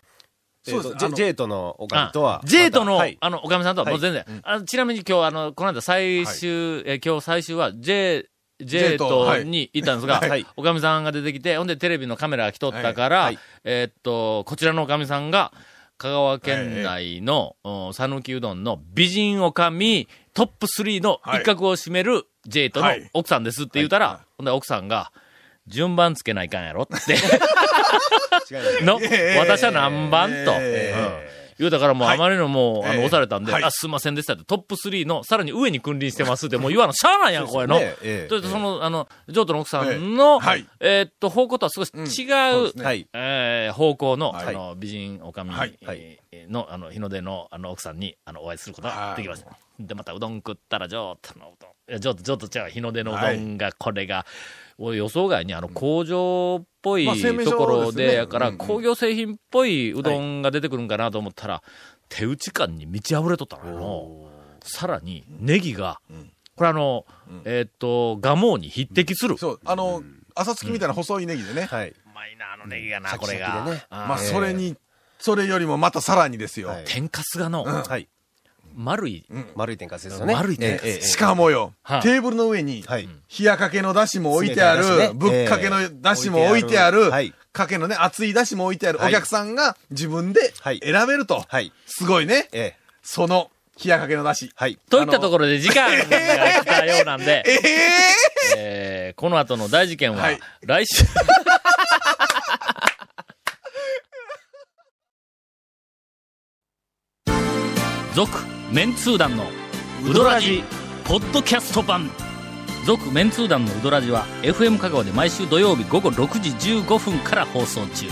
[SPEAKER 7] そうです
[SPEAKER 3] えーと
[SPEAKER 7] ジ
[SPEAKER 3] あ
[SPEAKER 7] ェ
[SPEAKER 3] の
[SPEAKER 7] ジェイトのおかみとは。
[SPEAKER 1] ジェイトの、
[SPEAKER 7] はい
[SPEAKER 1] あの、おかみさんとはもう全然。あのちなみに今日、あの、この間最終、えー今日最終は、ジェイ、ジェイトに行ったんですが、
[SPEAKER 7] はいはい
[SPEAKER 1] おかみさんが出てきて、ほんでテレビのカメラが来とったから、
[SPEAKER 7] はいはい
[SPEAKER 1] えーっと、こちらのおかみさんが、香川県内の、うん讃岐うどんの美人おかみトップ3の一角を占めるジェイトの
[SPEAKER 3] はい
[SPEAKER 1] 奥さんですって言うたら、ほんで奥さんが、順番つけないかんやろって。の、私は何番と。
[SPEAKER 3] えー
[SPEAKER 1] うん言うたからもう
[SPEAKER 3] は
[SPEAKER 1] あ
[SPEAKER 3] い
[SPEAKER 1] まりのもう、あ
[SPEAKER 3] え
[SPEAKER 1] の、
[SPEAKER 3] え
[SPEAKER 1] 押されたんで、
[SPEAKER 3] はい
[SPEAKER 1] あ、すいませんでしたって、トップ3の、さらに上に君臨してますって、もう言わの、しゃあないやん、これの。
[SPEAKER 7] ええええ
[SPEAKER 1] というと、その、あの、譲渡の奥さんの、
[SPEAKER 3] ええはい
[SPEAKER 1] えーっと、方向とは少し違う、
[SPEAKER 3] すね
[SPEAKER 7] はい。
[SPEAKER 1] えー方向の、
[SPEAKER 3] はい
[SPEAKER 1] あの、美人おかみの、
[SPEAKER 3] はい
[SPEAKER 7] はい
[SPEAKER 1] あの、日の出の、あの、奥さんに、あの、お会いすることができました。で、また、うどん食ったら、譲渡のうどん。いや、譲渡、譲渡ちゃう、日の出のうどんが、これが、俺予想外に、あの、工場っぽい
[SPEAKER 3] まあ製麺所
[SPEAKER 1] ところ
[SPEAKER 3] です
[SPEAKER 1] で、
[SPEAKER 3] ね
[SPEAKER 1] やから、
[SPEAKER 3] うんうん
[SPEAKER 1] 工業製品っぽいうどんが出てくるんかなと思ったら、手打ち感に満ち溢れとったのよ。さらに、ネギが、これあの、えーっと、ガモに匹敵する。
[SPEAKER 3] そう、あの、朝月みたいな細いネギでね。
[SPEAKER 7] はい。
[SPEAKER 1] うまいな、あのネギがな、
[SPEAKER 7] シャ
[SPEAKER 1] こ
[SPEAKER 7] キシ
[SPEAKER 1] れ
[SPEAKER 7] ャキで
[SPEAKER 1] が。
[SPEAKER 7] ね
[SPEAKER 1] あー
[SPEAKER 3] まあ、それに、それよりもまたさらにですよ。
[SPEAKER 7] はい
[SPEAKER 1] 天かすがの、
[SPEAKER 7] はい。
[SPEAKER 1] 丸い、
[SPEAKER 7] 丸い天かすですよね。
[SPEAKER 1] 丸い天かす
[SPEAKER 7] ええええ
[SPEAKER 3] しかもよ、
[SPEAKER 1] はい
[SPEAKER 3] テーブルの上に、
[SPEAKER 7] はい。
[SPEAKER 3] 冷やかけのだしも置いてあ
[SPEAKER 7] 冷たいだ
[SPEAKER 3] る、
[SPEAKER 7] しね
[SPEAKER 3] ぶっかけ
[SPEAKER 7] ええ
[SPEAKER 3] のだしも置いてある
[SPEAKER 7] はい、
[SPEAKER 3] かけのね、熱いだしも置いてある、お
[SPEAKER 7] はい
[SPEAKER 3] 客さんが自分で
[SPEAKER 7] はい
[SPEAKER 3] 選べると。
[SPEAKER 7] はい。
[SPEAKER 3] すごいね。
[SPEAKER 7] ええ。
[SPEAKER 3] その、冷やかけのだし。
[SPEAKER 7] はい。
[SPEAKER 1] といったところで時間が来たようなんで、
[SPEAKER 3] ええ
[SPEAKER 1] えーこの後の大事件は
[SPEAKER 3] はい、
[SPEAKER 1] 来週、 続、メンツー団の、ウドラジ、ポッドキャスト版。続、メンツー団のウドラジは、FM 香川で毎週土曜日午後6時15分から放送中。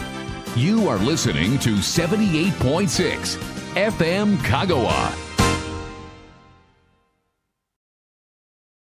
[SPEAKER 2] You are listening to 78.6 FM Kagawa.